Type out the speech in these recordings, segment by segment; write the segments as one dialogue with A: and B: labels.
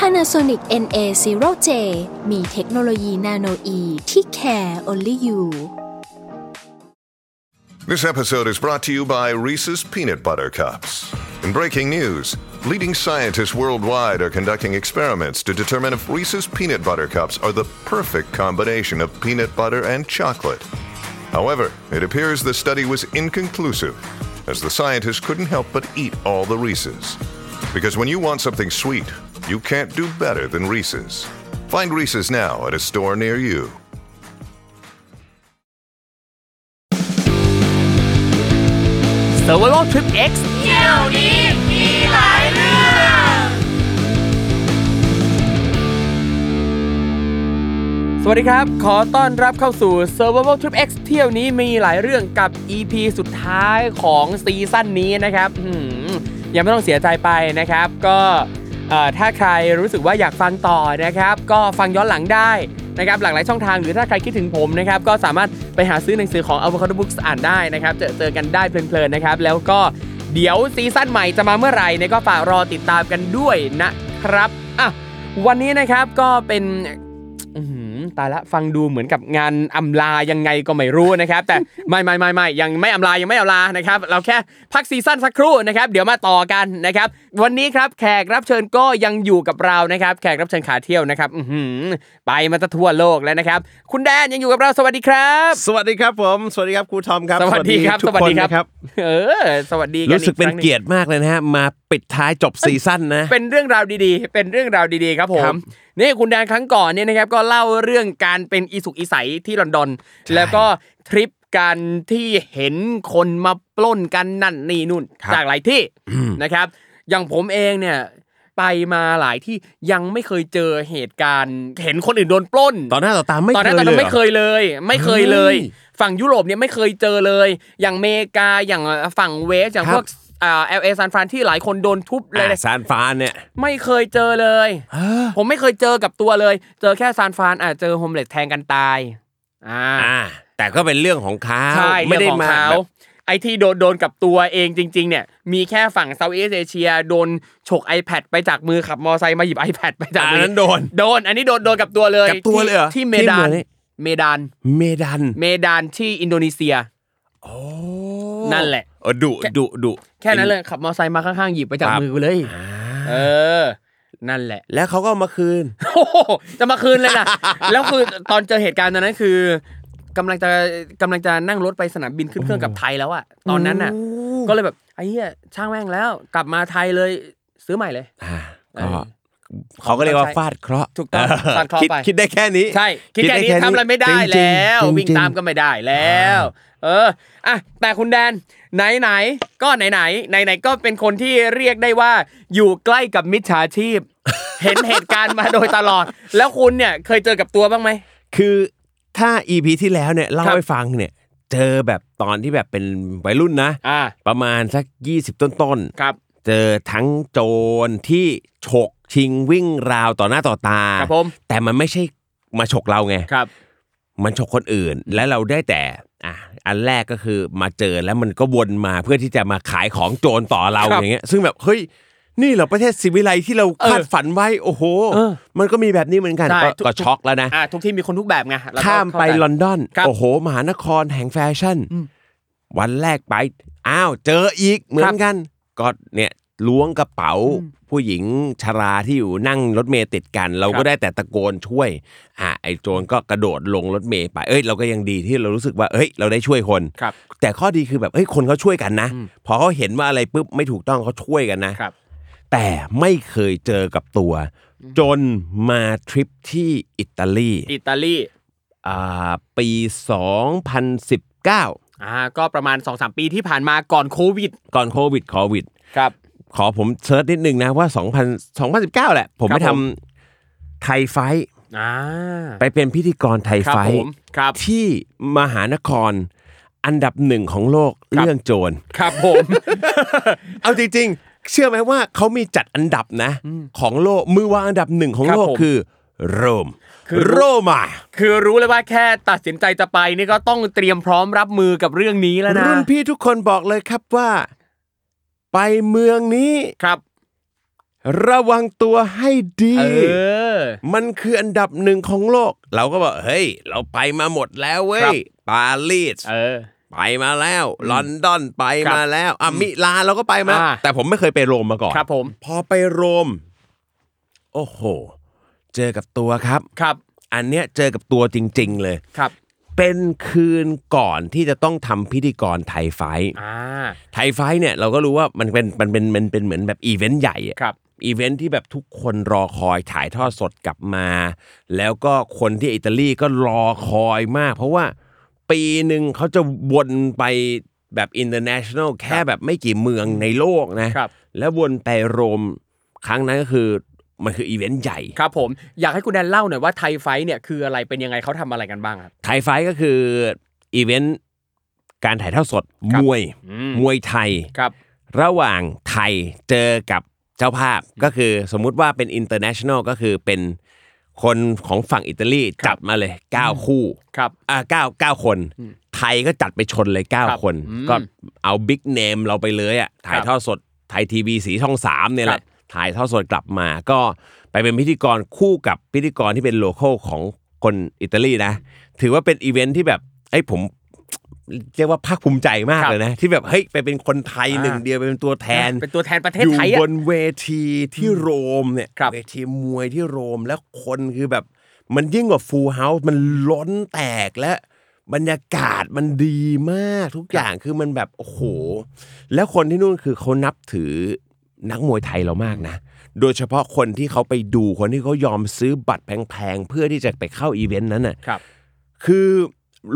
A: Panasonic NA0J มีเทคโนโลยีนาโนอีที่ care only you
B: This episode is brought to you by Reese's Peanut Butter Cups. In breaking news, leading scientists worldwide are conducting experiments to determine if Reese's Peanut Butter Cups are the perfect combination of peanut butter and chocolate. However, it appears the study was inconclusive, as the scientists couldn't help but eat all the Reese's. Because when you want something sweet, you can't do better than Reese's. Find Reese's now at a store near you.
C: เซอร์ไวโอลทริปเอ็กซ์เที่ยวนี้มีหลายเรื่อง สวัสดีครับ ขอต้อนรับเข้าสู่ s u r v i v a l Trip X เที่ยวนี้มีหลายเรื่องกับ EP สุดท้ายของซีซั่นนี้นะครับหืมยังไม่ต้องเสียใจไปนะครับ ก็เอ่อถ้าใครรู้สึกว่าอยากฟังต่อนะครับ ก็ฟังย้อนหลังได้นะครับหลากหลายช่องทางหรือถ้าใครคิดถึงผมนะครับ ก็สามารถไปหาซื้อหนังสือของ Avocado Books อ่านได้นะครับ เจอเจอกันได้เพลินๆนะครับ แล้วก็เดี๋ยวซีซั่นใหม่จะมาเมื่อไหร่เนี่ยก็ฝากรอติดตามกันด้วยนะครับอ่ะวันนี้นะครับก็เป็น อื้อหือตายละฟังดูเหมือนกับงานอำลายังไงก็ไม่รู้นะครับ แต่ ไม่ไม่ไม่ไม่ยังไม่อำลายังไม่อำลานะครับเราแค่พักซีซั่นสักครู่นะครับเดี๋ยวมาต่อกันนะครับวันนี้ครับแขกรับเชิญก็ยังอยู่กับเรานะครับ แขกรับเชิญขาเที่ยวนะครับอื้อหือไปมาจะทั่วโลกแล้วนะครับ คุณแดนยังอยู่กับเราสวัสดีครับ
D: สวัสดีครับผม สวัสดีครับครูทอมครับ
C: สวัสดีครับ
D: ทุ
C: ส
D: ก
C: วัส
D: คน
C: ดี
D: นะ
C: ครับเออสวัสดี
D: รู้สึกเป็น
C: อีคงหง
D: เกียรติมากเลยนะฮะ มาปิดท้ายจบซีซั่นนะ
C: เป็นเรื่องราวดีๆ เป็นเรื่องราวดีๆ ครับผ
D: ครั
C: ม
D: บ
C: นี่คุณแดนครั้งก่อนเนี่ยนะครับก็เล่าเรื่องการเป็นอีสุกอีใสที่ลอนดอน แล้วก็ทริปการที่เห็นคนมาปล้นกันนั่นนี่นู่น
D: ครับ
C: จากหลายที่นะครับ อย่างผมเองเนี่ยไปมาหลายที่ยังไม่เคยเจอเหตุการณ์ เห็นคนอื่นโดนปล้น
D: ตอนหน้าต่อตาไม่
C: ตอนนั้นตอนนั้นไม่เค
D: เคย
C: ยเลย ไม่เคยเลย
D: เฮ้
C: ฝั่งยุโรปเนี่ยไม่เคยเจอเลย อย่างอเมริกาอย่างฝั่งเวสอย่าง
D: ครั
C: พ
D: บ
C: วกอ่าเอลเอซานฟรานที่หลายคนโดนทุบเลย
D: อ่ะสารฟานเนี่ย
C: ไม่เคยเจอเลย ผมไม่เคยเจอกับตัวเลย เจอแค่ซานฟรานอ่ะเจอโฮมเลสแทงกันตาย อ่า
D: อ่า แต่ก็เป็นเรื่องของเขา
C: ใช่
D: ไม่ได้
C: เรื่องของ
D: มา
C: เขา
D: แบบ
C: ไอ้ที่โดนโดนกับตัวเองจริง ๆ เนี่ย มีแค่ฝั่งเซาท์เอเชีย โดนฉก iPad ไปจากมือขับมอไซค์มาหยิบ iPad ไปจาก
D: อั
C: มื
D: นนั้นโดน
C: โดน อันนี้โดนโดนกับตัวเลย
D: กับตัว
C: ที่
D: เลยเหรอ
C: ที่เมดา
D: ที่เมือ
C: น
D: งนี้
C: เมดาน
D: เมดัน
C: เมดานที่อินโดนีเซีย
D: โอ้
C: นั่นแหละ
D: เออดุดุดุ
C: แค่นั้นเลยขับมอไซค์มาข้างๆหยิบไปจาก
D: ครับ
C: มือกูเลย เออ นั่นแหละ
D: แล้วเขาก็เอามาคืน
C: โอ้โหจะมาคืนเลยนะ แล้วคือตอนเจอเหตุการณ์ตอนนั้นคือกำลังจะกำลังจะนั่งรถไปสนามบินขึ้นเครื่องกลับไทยแล้วอะตอนนั้นน่ะ ก็เลยแบบไอ้เหี้ยช่างแม่งแล้ว กลับมาไทยเลยซื้อใหม่เลย
D: อ่า
C: เออ
D: ก็เขาก็เรียกว่าฟาดเคราะห์
C: ถูกต้องฟาดเคราะห์
D: คิด
C: ไป
D: คิดได้แค่นี้
C: ใช่ คิดแค่นี้ทำอะไรไม่ได้
D: จริง
C: แล้
D: ๆ
C: ว
D: จริๆ
C: วิ่งตามก็ไม่ได้แล้ว เอออ่ะแต่คุณแดนไหนไหนๆก็ไหนไหนไหนไหนๆก็เป็นคนที่เรียกได้ว่า อยู่ใกล้กับมิจฉาชีพ เห็นเหตุการณ์มาโดยตลอด แล้วคุณเนี่ยเคยเจอกับตัวบ้างไหม
D: คือถ้า EP ที่แล้วเนี่ยเล่า
C: ครับ
D: ให้ฟังเนี่ยเจอแบบตอนที่แบบเป็นวัยรุ่นนะ
C: อ่า
D: ประมาณสัก 20 ต้นต้นๆ
C: ครับ
D: เจอทั้งโจรที่ฉกชิงวิ่งราวต่อหน้าต่อตา
C: ครับผม
D: แต่มันไม่ใช่มาฉกเราไง
C: ครับ
D: มันฉกคนอื่นและเราได้แต่อ่ะอันแรกก็คือมาเจอแล้วมันก็วนมาเพื่อที่จะมาขายของโจรต่อเรา
C: ครับ
D: อย่างเงี้ย ซึ่งแบบเฮ้ยนี่เหราประเทศสิวิไลที่เราคาดฝันไว้โอ้โห
C: เออ
D: มันก็มีแบบนี้เหมือนกัน
C: ใช่
D: ก็
C: ทุก
D: ก็ช็อกแล้วนะ
C: อ่าทุกที่มีคนทุกแบบไงเรก็
D: ข้ามไป
C: เข้ใจ
D: ลอนดอน
C: ครับ
D: โอ้โห มหานครแห่งแฟชั่น วันแรกไป อ้าว เจออีกเหมือนกัน ก็เนี่ยล้วงกระเป๋า ผู้หญิงชราที่อยู่นั่งรถเมย์ติดกัน เรา
C: ครั
D: ก็
C: บ
D: ได้แต่ตะโกนช่วย อ่ะไอโจรก็กระโดดลงรถเมย์ไป เอ้ย เราก็ยังดีที่เรารู้สึกว่า เอ้ย เราได้ช่วยคน
C: ครับ
D: แต่ข้อดีคือแบบ เอ้ย คนเขาช่วยกันนะ พอเขาเห็นว่าอะไรปุ๊บไม่ถูกต้องเขาช่วยกันนะ
C: ครับ
D: แต่ไม่เคยเจอกับตัว จนมาทริปที่อิตาลี
C: อิตาลี
D: อ่าปี 2019
C: อ่า ก็ประมาณ 2-3 ปีที่ผ่านมาก่อนโควิด
D: ก่อนโควิดโควิด
C: ครับ
D: ขอผมเซิร์ชนิดนึงนะว่า 2000 2019 แหละ ผม
C: ครั
D: ไป
C: บผม
D: ทำไทยไฟท์
C: อ่า
D: ไปเป็นพิธีกรไทย
C: ครับ
D: ไฟท์
C: ผมครับ
D: ที่มหานครอันดับหนึ่งของโลก
C: ครับ
D: เรื่องโจร
C: ครับผม
D: เอาจริงๆ เชื่อไหมว่าเขามีจัดอันดับนะ ของโลกมือวางอันดับหนึ่งของ
C: ครับ
D: โลก
C: ผม
D: คือโรม
C: คือโร
D: โรมา
C: คือรู้เลยว่าแค่ตัดสินใจจะไปนี่ก็ต้องเตรียมพร้อมรับมือกับเรื่องนี้แล้วนะ
D: รุ่นพี่ทุกคนบอกเลยครับว่า ไปเมืองนี้
C: ครับ
D: ระวังตัวให้ดี
C: เออ
D: มันคืออันดับหนึ่งของโลก เราก็บอกเฮ้ย เราไปมาหมดแล้วเว้
C: ครั
D: ย
C: บ
D: ปารีส
C: เออ
D: ไปมาแล้ว ลอนดอนไป
C: ครับ
D: มาแล้วอ่ะมิลานเราก็ไปมาแล้ว
C: อ่า
D: แต่ผมไม่เคยไปโรมมาก่อน
C: ครับผม
D: พอไปโรม โอ้โห เจอกับตัวครับ
C: ครับ
D: อันเนี้ยเจอกับตัวจริง ๆ เลย
C: ครับ
D: เป็นคืนก่อนที่จะต้องทำพิธีกรไทยไฟท์
C: อ่า
D: ไทยไฟท์เนี่ยเราก็รู้ว่ามันเป็นมันเป็นมันเป็นเหมือนแบบอีเวนต์ใหญ่อะ
C: ครับ
D: อีเวนต์ที่แบบทุกคนรอคอยถ่ายทอดสดกลับมา แล้วก็คนที่อิตาลีก็รอคอยมาก เพราะว่าปีหนึ่งเขาจะวนไปแบบ international แค่แบบไม่กี่เมืองในโลกนะ
C: ครับ
D: แล้ววนไปโรมครั้งนั้นก็คือมันคืออีเวนต์ใหญ่
C: ครับผมอยากให้คุณแดนเล่าหน่อยว่าไทยไฟท์เนี่ยคืออะไรเป็นยังไงเขาทำอะไรกันบ้างครับ
D: ไทยไฟท์ก็คืออีเวนต์การถ่ายทอดสด
C: ครับ
D: มวย
C: อืม
D: มวยไทย
C: ครับ
D: ระหว่างไทยเจอกับเจ้าภาพก็คือสมมุติว่าเป็น international ก็คือเป็นคนของฝั่งอิตาลีจัดมาเลย 9 คู่
C: ครับ
D: อ่าเก้าเก้าคน ไทยก็จัดไปชนเลย
C: ครับ
D: 9 คน
C: อืม
D: ก็เอาบิ๊กเนมเราไปเลยอ่ะถ่ายทอดสดไทยทีวีสีช่องสามเนี่ยแห
C: ครั
D: ละ
C: บ
D: ถ่ายทอดสดกลับมาก็ไปเป็นพิธีกรคู่กับพิธีกรที่เป็นโลโก้ของคนอิตาลีนะ ถือว่าเป็นอีเวนท์ที่แบบไอ้ยผม เรียกว่าภาคภูมิใจมาก
C: ครับ
D: เลยนะ ที่แบบเฮ้ยไปเป็นคนไทย
C: อ่า
D: หนึ่งเดียวไปเป็นตัวแทน
C: เป็นตัวแทนประเทศ
D: อยู่
C: ไทยอะ
D: บนเวทีที่โรมเนี่ย
C: ครับ
D: เวทีมวยที่โรมแล้วคนคือแบบ มันยิ่งกว่าฟูลเฮาส์มันล้นแตกและ บรรยากาศมันดีมากทุกอย่างคือมันแบบโอ้โห แล้วคนที่นู่นคือเขานับถือนักมวยไทยเรามากนะ โดยเฉพาะคนที่เขาไปดูคนที่เขายอมซื้อบัตรแพงๆเพื่อที่จะไปเข้าอีเวนต์นั้นน่ะ
C: ครับ
D: คือ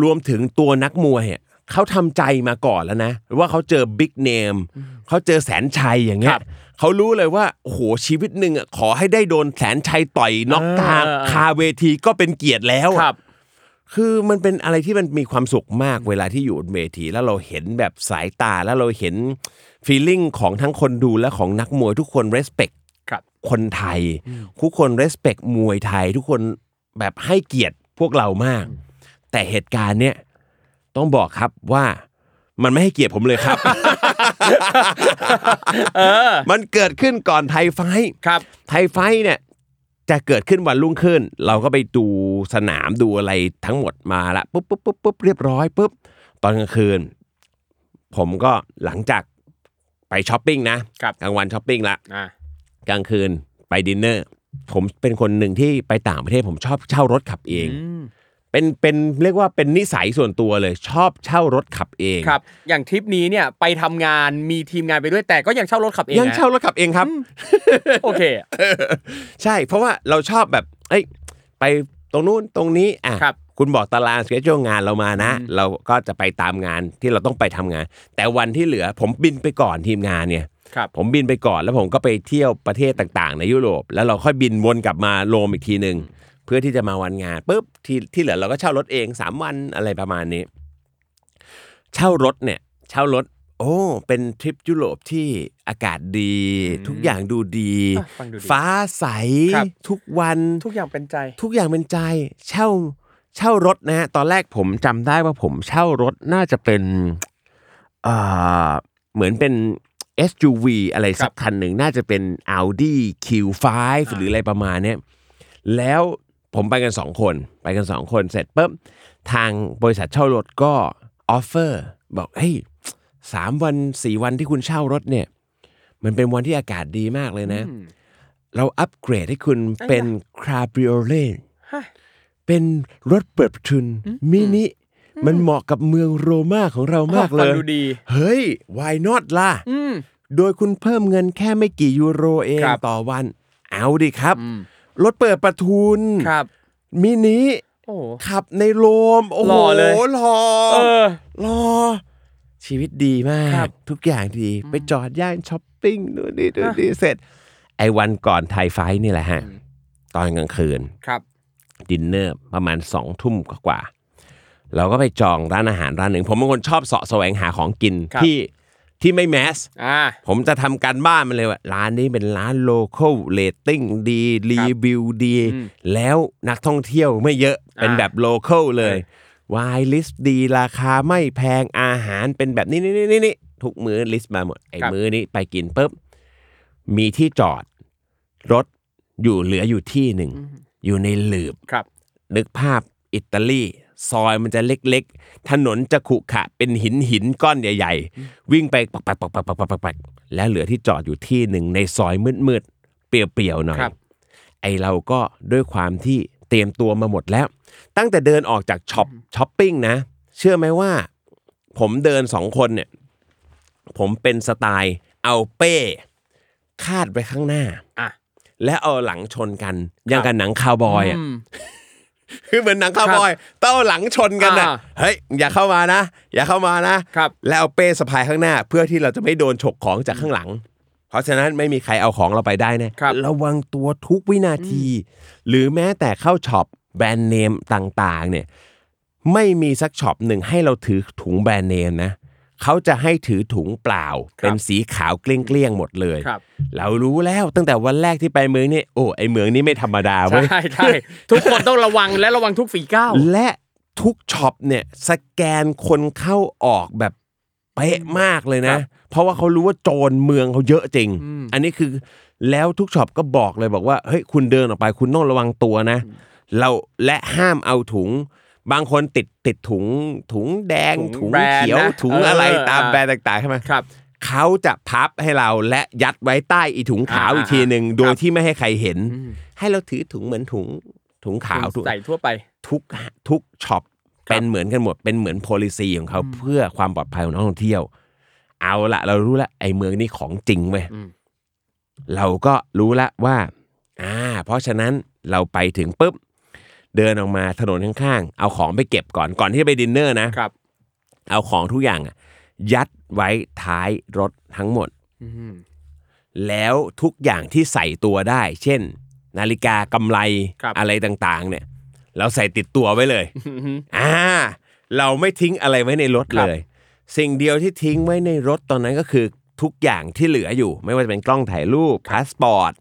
D: รวมถึงตัวนักมวยอะเขาทำใจมาก่อนแล้วนะว่าเขาเจอบิ๊กเนมเขาเจอแสนชัยอย่างเงี้
C: ครั
D: ย
C: บ
D: เขารู้เลยว่าโอ้โหชีวิตหนึ่งอ่ะขอให้ได้โดนแสนชัยต่อยน็อกกลาง
C: เออ
D: คาเวทีก็เป็นเกียรติแล้วอะ
C: ครับ
D: คือมันเป็นอะไรที่มันมีความสุขมากเวลาที่อยู่บนเวทีแล้วเราเห็นแบบสายตาแล้วเราเห็นฟีลลิ่งของทั้งคนดูและของนักมวยทุกคน respect
C: ครับ
D: คนไทย ทุกคน respect มวยไทย ทุกคนแบบให้เกียรติพวกเรามาก แต่เหตุการณ์เนี้ยต้องบอกครับว่ามันไม่ให้เกียรติผมเลย ครับ
C: เออ
D: มันเกิดขึ้นก่อนไทยไฟท์
C: ครับ
D: ไทยไฟท์เนี่ยจะเกิดขึ้นวันรุ่งขึ้น เราก็ไปดูสนามดูอะไรทั้งหมดมาละปุ๊บปุ๊บปุ๊บปุ๊บเรียบร้อยปุ๊บตอนกลางคืน ผมก็หลังจากไปช้อปปิ้งนะครับ กลางวันช้อปปิ้งละ
C: อ่าก
D: ลางคืนไปดินเนอร์ผมเป็นคนหนึ่งที่ไปต่างประเทศผมชอบเช่ารถขับเอง
C: อืม
D: เป็นเป็นเรียกว่าเป็นนิสัยส่วนตัวเลย ชอบเช่ารถขับเอง
C: ครับ อย่างทริปนี้เนี่ยไปทำงานมีทีมงานไปด้วยแต่ก็ยังเช่ารถขับเอง
D: ยัง
C: นะ
D: เช่ารถขับเองครับ
C: โอเค
D: ใช่ เพราะว่าเราชอบแบบ เอ้ย ไปตรงนู้นตรงนี้ อ่ะ
C: ครับ
D: คุณบอกตารางสเกจงานเรามานะ เราก็จะไปตามงานที่เราต้องไปทำงาน แต่วันที่เหลือผมบินไปก่อนทีมงานเนี่ย
C: ครับ
D: ผมบินไปก่อนแล้วผมก็ไปเที่ยวประเทศต่างๆ ในยุโรป แล้วเราค่อยบินวนกลับมาโรมอีกทีหนึ่งเพื่อที่จะมาวันงานปุ๊บที่ที่เหลือเราก็เช่ารถเองสามวันอะไรประมาณนี้ เช่ารถเนี่ย เช่ารถ โอ้ เป็นทริปยุโรปที่อากาศดี ทุกอย่างดูดี
C: อ่ะฟังดูดี
D: ฟ้าใส
C: ครับ
D: ทุกวัน
C: ทุกอย่างเป็นใจ
D: ทุกอย่างเป็นใจเช่าเช่ารถนะฮะตอนแรกผมจำได้ว่าผมเช่ารถน่าจะเป็นเอ่อเหมือนเป็น SUV อะไรสักคันหนึ่งน่าจะเป็น Audi Q5 หรืออะไรประมาณเนี้ยแล้วผมไปกันสองคนไปกันสองคนเสร็จปุ๊บทางบริษัทเช่ารถก็ออฟเฟอร์บอกเฮ้ยสามวันสี่วันที่คุณเช่ารถเนี่ย มันเป็นวันที่อากาศดีมากเลยนะ เราอัปเกรดให้คุณเป็นคาบริโอเล่
C: ฮะ
D: เป็นรถเปิดประทุนมินิ มันเหมาะกับเมืองโรม่าของเรามากเล
C: ฟัง
D: ย
C: ดูดี
D: เฮ้ย why not ล่ะ
C: อืม
D: โดยคุณเพิ่มเงินแค่ไม่กี่ยูโรเอง
C: ครับ
D: ต่อวัน เอาดิครับ รถเปิดประทุน
C: ครับ
D: มินิ
C: โอ้โห
D: ขับในโรม โอ้
C: ห
D: โห
C: ล่อเลย
D: หล่อ
C: เออ
D: รอชีวิตดีมา
C: ครั
D: ก
C: บ
D: ทุกอย่างดี ไปจอดย่านช้อปปิ้งนู่นนี่นู่นนี่เสร็จ ไอ้วันก่อนไทยไฟท์นี่แหละฮะ ตอนกลางคืน
C: ครับ
D: ดินเนอร์ประมาณสองทุ่มกว่าๆเราก็ไปจองร้านอาหารร้านหนึ่ง ผมเป็นคนชอบเสาะแสวงหาของกิน
C: ครับ
D: ที่ที่ไม่แมส
C: อ่า
D: ผมจะทำการบ้านมาเลยว่าร้านนี้เป็นร้านโลเคอลเรตติ้งดี รีวิวดี
C: อืม
D: แล้วนักท่องเที่ยวไม่เยอะเป็นแบบโลเคอลเลย วายลิสต์ดีราคาไม่แพงอาหารเป็นแบบนี้นี่นี่นี่ทุกมื้อลิสต์มาหมด ไอ้
C: ครับ
D: มื้อนี้ไปกินปุ๊บ มีที่จอด รถอยู่เหลืออยู่ที่หนึ่ง อยู่ในหลืบ
C: ครับ
D: นึกภาพอิตาลี ซอยมันจะเล็กๆ ถนนจะขรุขระเป็นหินหินก้อนใหญ่ๆ วิ่งไปปักปักปักปักปักปักปักปักแล้วเหลือที่จอดอยู่ที่หนึ่งในซอยมืดๆ เปรียวๆหน่อย
C: ครับ
D: ไอเราก็ด้วยความที่เตรียมตัวมาหมดแล้ว ตั้งแต่เดินออกจากช็อปช้อปปิ้งนะ เชื่อไหมว่า ผมเดินสองคนเนี่ย ผมเป็นสไตล์เอาเป้ คาดไว้ข้างหน้า
C: อ่ะ
D: และเอาหลังชนกันอย่างกับหนังคาวบอยอ่ะ คือเหมือนหนังคาวบอยเต้าหลังชนกันอ่ะ
C: อ่า
D: เฮ้ย อย่าเข้ามานะ อย่าเข้ามานะครับ แล้วเอาเป้สะพายข้างหน้า เพื่อที่เราจะไม่โดนฉกของจากข้างหลัง เพราะฉะนั้นไม่มีใครเอาของเราไปได้แนะครับระวังตัวทุกวินาที หรือแม้แต่เข้าช็อปแบรนด์เนมต่างๆ เนี่ย ไม่มีสักช็อปหนึ่งให้เราถือถุงแบรนด์เนมนะเขาจะให้ถือถุงเปล่า
C: ครับ
D: เป็นสีขาวเกลี้ยงๆหมดเลย
C: ครับ
D: เรารู้แล้วตั้งแต่วันแรกที่ไปเมืองนี่โอ้ไอเมืองนี้ไม่ธรรมดาเว้ย
C: ใช่ใช่ทุกคนต้องระวังและระวังทุกฝีก้าว
D: และทุกช็อปเนี่ยสแกนคนเข้าออกแบบเป๊ะมากเลยนะ
C: ครับ
D: เพราะว่าเขารู้ว่าโจรเมืองเขาเยอะจริง
C: อืม
D: อันนี้คือแล้วทุกช็อปก็บอกเลยบอกว่าเฮ้ยคุณเดินออกไปคุณต้องระวังตัวนะ เราและห้ามเอาถุง บางคนติดติดถุงถุงแดง
C: ถุ
D: ถุ
C: ง
D: ง
C: แบรนด์
D: เขียว
C: นะ
D: ถุง
C: เอออ
D: อะไรตาม
C: อ่า
D: แบรนด์ต่างๆใช่ไหม
C: ครับ
D: เขาจะพับให้เราและยัดไว้ใต้อีถุงขาว
C: อ่า
D: อีกทีหนึ่ง
C: ครับ
D: โดยที่ไม่ให้ใครเห็น
C: อืม
D: ให้เราถือถุงเหมือนถุงถุงขาวถุง
C: ใส่ทั่วไป
D: ทุกทุกช็อปเป็นเหมือนกันหมดเป็นเหมือน policy ของเขาเพื่อความปลอดภัยของนักท่องเที่ยว เอาละเรารู้ละไอเมืองนี่ของจริงเว้ย
C: อืม
D: เราก็รู้ละว่า อ่า เพราะฉะนั้นเราไปถึงปุ๊บ เดินออกมาถนนข้างๆ เอาของไปเก็บก่อนก่อนที่จะไปดินเนอร์นะ
C: ครับ
D: เอาของทุกอย่างอะยัดไว้ท้ายรถทั้งหมด
C: อืม
D: แล้วทุกอย่างที่ใส่ตัวได้ เช่น นาฬิกากำไร
C: ครับ
D: อะไรต่างๆ เนี่ย เราใส่ติดตัวไว้เลย
C: อืม
D: อ่า เราไม่ทิ้งอะไรไว้ในรถ
C: ครั
D: เล
C: บ
D: ย สิ่งเดียวที่ทิ้งไว้ในรถตอนนั้นก็คือทุกอย่างที่เหลืออยู่ ไม่ว่าจะเป็นกล้องถ่ายรูปพาสปอร์ต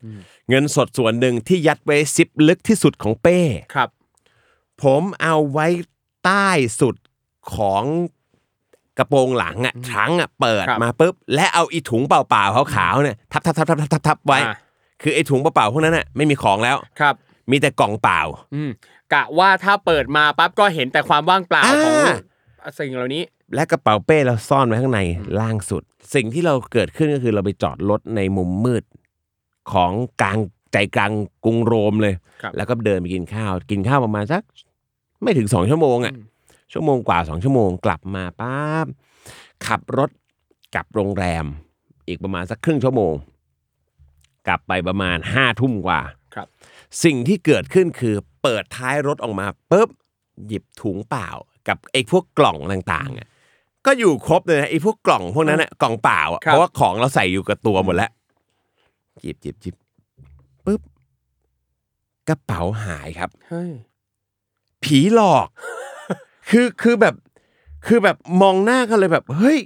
D: เงินสดส่วนหนึ่งที่ยัดไว้ซิปลึกที่สุดของเป้
C: ครับ
D: ผมเอาไว้ใต้สุดของกระโปรงหลังอ่ะทรั้งอ่ะเปิด
C: ครับ
D: มาปุ๊บ และเอาอีถุงเปล่าๆขาวๆเนี่ยทับทับทับทับทับทับทับไว้
C: อ่า
D: คือไอถุงเปล่าๆพวกนั้นอ่ะไม่มีของแล้ว
C: ครับ
D: มีแต่กล่องเปล่า
C: อืมกะว่าถ้าเปิดมาปั๊บก็เห็นแต่ความว่างเปล่า
D: อ่า
C: ของสิ่งเหล่านี้
D: และกระเป๋าเป้เราซ่อนไว้ข้างในล่างสุด สิ่งที่เราเกิดขึ้นก็คือเราไปจอดรถในมุมมืด ของกลางใจกลางกรุงโรมเลย
C: ครับ
D: แล้วก็เดินไปกินข้าว กินข้าวประมาณสัก ไม่ถึงสองชั่วโมงอ่ะชั่วโมงกว่าสองชั่วโมงกลับมาป๊าบขับรถกลับโรงแรม อีกประมาณสักครึ่งชั่วโมง กลับไปประมาณห้าทุ่มกว่า
C: ครับ
D: สิ่งที่เกิดขึ้นคือเปิดท้ายรถออกมาปุ๊บหยิบถุงเปล่า กับไอ้พวกกล่องต่างๆอ่ะก็อยู่ครบเลยนะไอ้พวกกล่องพวกนั้นอ่ะกล่องเปล่าอะ
C: ครับ
D: เพราะว่าของเราใส่อยู่กับตัวหมดแล้วหยิบหยิบหยิบปุ๊บกระเป๋าหายครับ
C: เฮ้ย
D: ผีหลอก คือคือแบบ คือแบบมองหน้ากันเลยแบบ เฮ้ย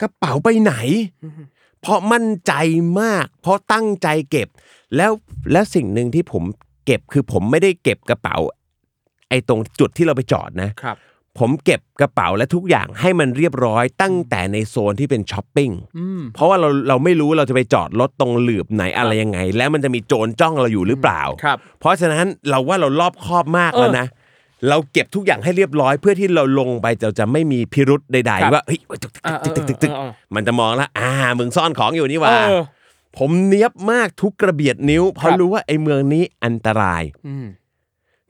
D: กระเป๋าไปไหน เพราะมั่นใจมาก เพราะตั้งใจเก็บ แล้วแล้วสิ่งหนึ่งที่ผมเก็บคือผมไม่ได้เก็บกระเป๋า ไอ้ตรงจุดที่เราไปจอดนะ
C: ครับ
D: ผมเก็บกระเป๋าและทุกอย่างให้มันเรียบร้อยตั้งแต่ในโซนที่เป็นช้อปปิ้ง
C: อืม
D: เพราะว่าเราเราไม่รู้เราจะไปจอดรถตรงหลืบไหนอะไรยังไง แล้วมันจะมีโจรจ้องเราอยู่หรือเปล่า
C: ครับ
D: เพราะฉะนั้นเราว่าเรารอบคอบมากแล้วนะ เราเก็บทุกอย่างให้เรียบร้อย เพื่อที่เราลงไปเราจะไม่มีพิรุษใด
C: ครับ
D: ๆ ว่าเฮ้ยตึกตึก
C: เออเอ
D: ตึ
C: อก เอ
D: ตึ
C: อก
D: ตึกตึก
C: เออเออ
D: มันจะมองละอ่ามึงซ่อนของอยู่นี่หว่า
C: เออ
D: ผมเนี้ยบมากทุกกระเบียดนิ้ว เพ
C: ค
D: ราะ
C: รับ
D: รู้ว่าไอ้เมืองนี้อันตราย
C: อืม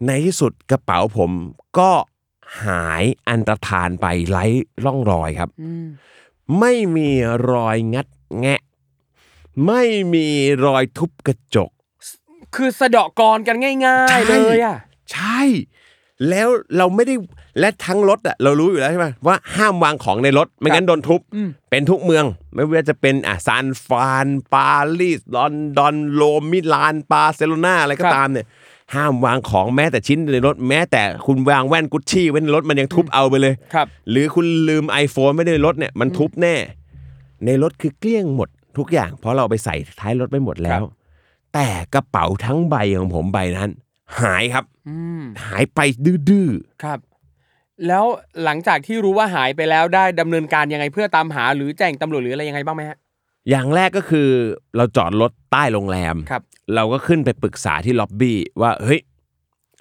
D: ในที่สุดกระเป๋าผมก็หายอันตรธานไปไร้ร่องรอยครับ
C: อืม
D: ไม่มีรอยงัดแงะ ไม่มีรอยทุบกระจก
C: คือสะเดาะกรกันง่าย ๆ
D: ใช่
C: เลยอ่ะ
D: ใช่ แล้วเราไม่ได้และทั้งรถอะเรารู้อยู่แล้วใช่ไหมว่าห้ามวางของในรถ ไม่งั้นโดนทุบ
C: อืม
D: เป็นทุกเมือง ไม่ว่าจะเป็นอ่ะซานฟรานปารีสลอนดอนโรมมิลานปาร์เซโลนาอะไรก็ตามเนี่ย ห้ามวางของแม้แต่ชิ้นในรถแม้แต่คุณวางแว่นกุชชี่ไว้ในรถมันยังทุบเอาไปเลย
C: ครับ
D: หรือคุณลืม iPhone ไม่ได้ในรถเนี่ยมันทุบแน่ ในรถคือเกลี้ยงหมดทุกอย่าง เพราะเราเอาไปใส่ท้ายรถไปหมดแล้
C: คว รับ
D: แต่กระเป๋าทั้งใบของผมใบนั้น หายครับ
C: อืม
D: หายไปดื้อ
C: ครับ แล้วหลังจากที่รู้ว่าหายไปแล้วได้ดำเนินการยังไงเพื่อตามหาหรือแจ้งตำรวจหรืออะไรยังไงบ้างไหมฮะ
D: ๆอย่างแรกก็คือเราจอดรถใต้โรงแรม
C: ครับ
D: เราก็ขึ้นไปปรึกษาที่ล็อบบี้ว่าเฮ้ย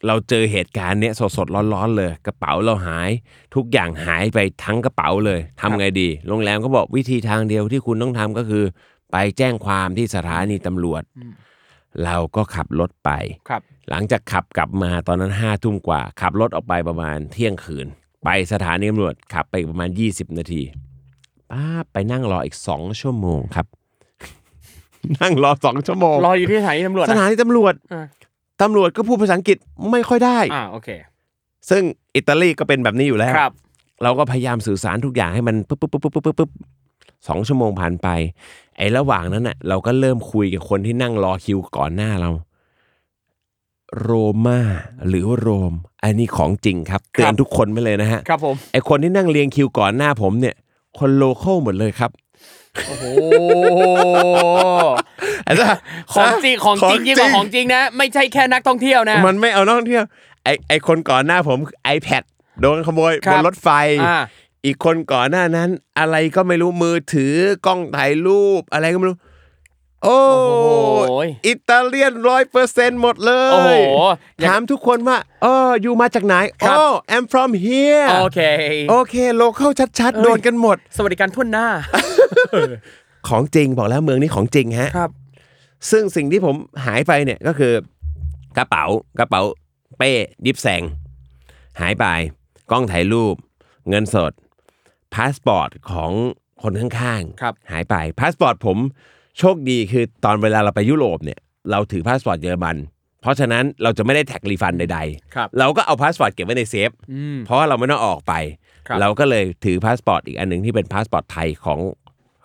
D: เราเจอเหตุการณ์เนี้ยสดๆร้อนๆเลย กระเป๋าเราหาย ทุกอย่างหายไปทั้งกระเป๋าเลยทำไงดี โรงแรมก็บอกวิธีทางเดียวที่คุณต้องทำก็คือ ไปแจ้งความที่สถานีตำรวจ
C: อืม
D: เราก็ขับรถไป
C: ครับ
D: หลังจากขับกลับมาตอนนั้นห้าทุ่มกว่า ขับรถออกไปประมาณเที่ยงคืน ไปสถานีตำรวจขับไปประมาณ 20 นาทีป้าบไปนั่งรออีกสองชั่วโมงครับ นั่งรอสองชั่วโมง
C: รออยู่ที่สถานีตำรวจ
D: ส
C: นะ
D: ถานีตำรวจ
C: เออ
D: ตำรวจก็พูดภาษาอังกฤษไม่ค่อยได้
C: อ่าโอเค
D: ซึ่งอิตาลีก็เป็นแบบนี้อยู่แล้ว
C: ครับ
D: เราก็พยายามสื่อสารทุกอย่างให้มันปึ๊บปึ๊บปึ๊บปึ๊บปึ๊บปึ๊บสองชั่วโมงผ่านไป ไอ้ระหว่างนั้นน่ะ เราก็เริ่มคุยกับคนที่นั่งรอคิวก่อนหน้าเรา โรมาหรือโรม อันนี้ของจริงครับเตือนทุกคนไปเลยนะฮะ
C: ครับผม
D: ไอคนที่นั่งเรียงคิวก่อนหน้าผมเนี่ย คนโลเคอลหมดเลยครับ
C: โอ้โห ข
D: ข
C: อ
D: อง ง
C: จริง ของจริงยิ่งกว่าของจริงนะ ไม่ใช่แค่นักท่องเที่ยวนะ
D: มันไม่เอานักท่องเที่ยวไอไอคนก่อนหน้าผม iPad โดนขโมย
C: ครับ บ
D: นรถไฟ
C: อ่า
D: อีกคนก่อนหน้านั้น อะไรก็ไม่รู้มือถือกล้องถ่ายรูป อะไรก็ไม่รู้ โอ้
C: โอ้โห
D: อิตาเลียนร้อยเปอร์เซ็นต์หมดเล
C: โอ้โห
D: ย
C: อย่าง
D: ถามทุกคนว่าอ๋ออยู่มาจากไหน
C: ครั
D: อ๋
C: บ
D: อ I'm from here
C: โอเค
D: โอเคโลเคอลชัดๆ โดนกันหมด
C: สวัสดิการทั่วหน้า
D: ของจริงบอกแล้วเมืองนี้ของจริงฮะ
C: ครับ
D: ซึ่งสิ่งที่ผมหายไปเนี่ยก็คือกระเป๋ากระเป๋าเป้ดิบแสง หายไป กล้องถ่ายรูป เงินสดพาสปอร์ตของคนข้างๆ
C: ครับ
D: หายไปพาสปอร์ตผมโชคดีคือตอนเวลาเราไปยุโรปเนี่ยเราถือพาสปอร์ตเยอรมัน เพราะฉะนั้นเราจะไม่ได้แท็กรีฟันใด
C: ครับ
D: ๆ เราก็เอาพาสปอร์ตเก็บไว้ในเซฟ
C: อืม
D: เพราะว่าเราไม่ต้องออกไป
C: ครับ
D: เราก็เลยถือพาสปอร์ตอีกอันหนึ่งที่เป็นพาสปอร์ตไทยของ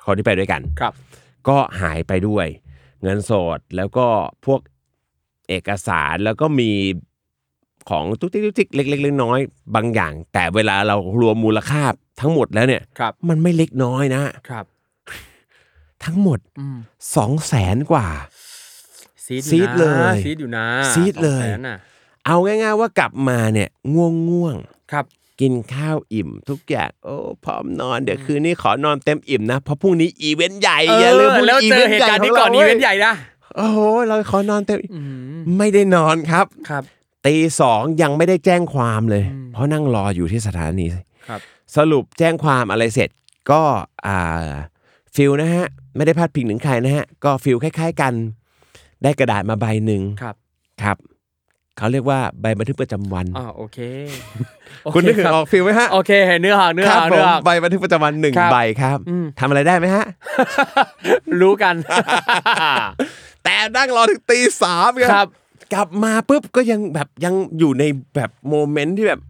D: คนที่ไปด้วยกัน
C: ครับ
D: ก็หายไปด้วย เงินสดแล้วก็พวกเอกสารแล้วก็มีของตุ๊กติ๊กตุ๊กติ๊กเล็กๆน้อยๆบางอย่าง แต่เวลาเรารวมมูลค่าทั้งหมดแล้วเนี่ย
C: ครับ
D: มันไม่เล็กน้อยนะ
C: ครับ
D: ทั้งหมด
C: อืม
D: สองแสนกว่า
C: ซีด
D: ซีด
C: อ
D: เล
C: นะ
D: ย
C: ซีดอยู่นะ
D: ซีดเลย
C: สองแสนน่ะ
D: เอาง่าย ๆ ว่ากลับมาเนี่ยง่วงง่วง
C: ครับ
D: ๆกินข้าวอิ่ม ทุกอย่างโอ้พร้อมนอนเดี๋ยวคืนนี้ขอนอนเต็มอิ่มนะเพราะพรุ่งนี้อีเวนต์ใหญ่อย่าลืมพ
C: เอ
D: รุ่
C: อง แล้ว
D: นี้อี
C: เจ
D: เว
C: อน
D: ต์ให
C: เหตุ
D: ญ่
C: การณ์
D: ข
C: นี้
D: ง
C: ก่อน
D: รา
C: อีเว
D: ว้ย
C: นต์ใหญ่นะ
D: โอ้โหเราขอนอนเต็มอิ่ม
C: อืม
D: ไม่ได้นอนครับ
C: ครับ
D: ตีสองยังไม่ได้แจ้งความเลย เพราะนั่งรออยู่ที่สถานี
C: ครับ
D: สรุปแจ้งความอะไรเสร็จก็อ่าฟิลนะฮะ ไม่ได้พาดพิงถึงใครนะฮะ ก็ฟิลคล้าย ๆกัน ได้กระดาษมาใบหนึ่ง
C: ครับ
D: ครับ เขาเรียกว่าใบบันทึกประจำวัน
C: อ่าโอเค
D: คุณนึกถึง
C: รับ
D: ออกฟิลไหมฮะ
C: โอเคเนื้อหาเนื้อ
D: ครับ
C: หา
D: ผ
C: เนื้อ
D: ม
C: หา
D: ใบบันทึกประจำวันหนึ่ง
C: ครับ
D: ใบครับทำอะไรได้ไหม ฮะ
C: รู้กัน
D: แต่นั่งรอถึงตีสามไง
C: ครับ
D: กลับมาปุ๊บก็ยังแบบยังอยู่ในแบบโมเมนต์ที่แบบ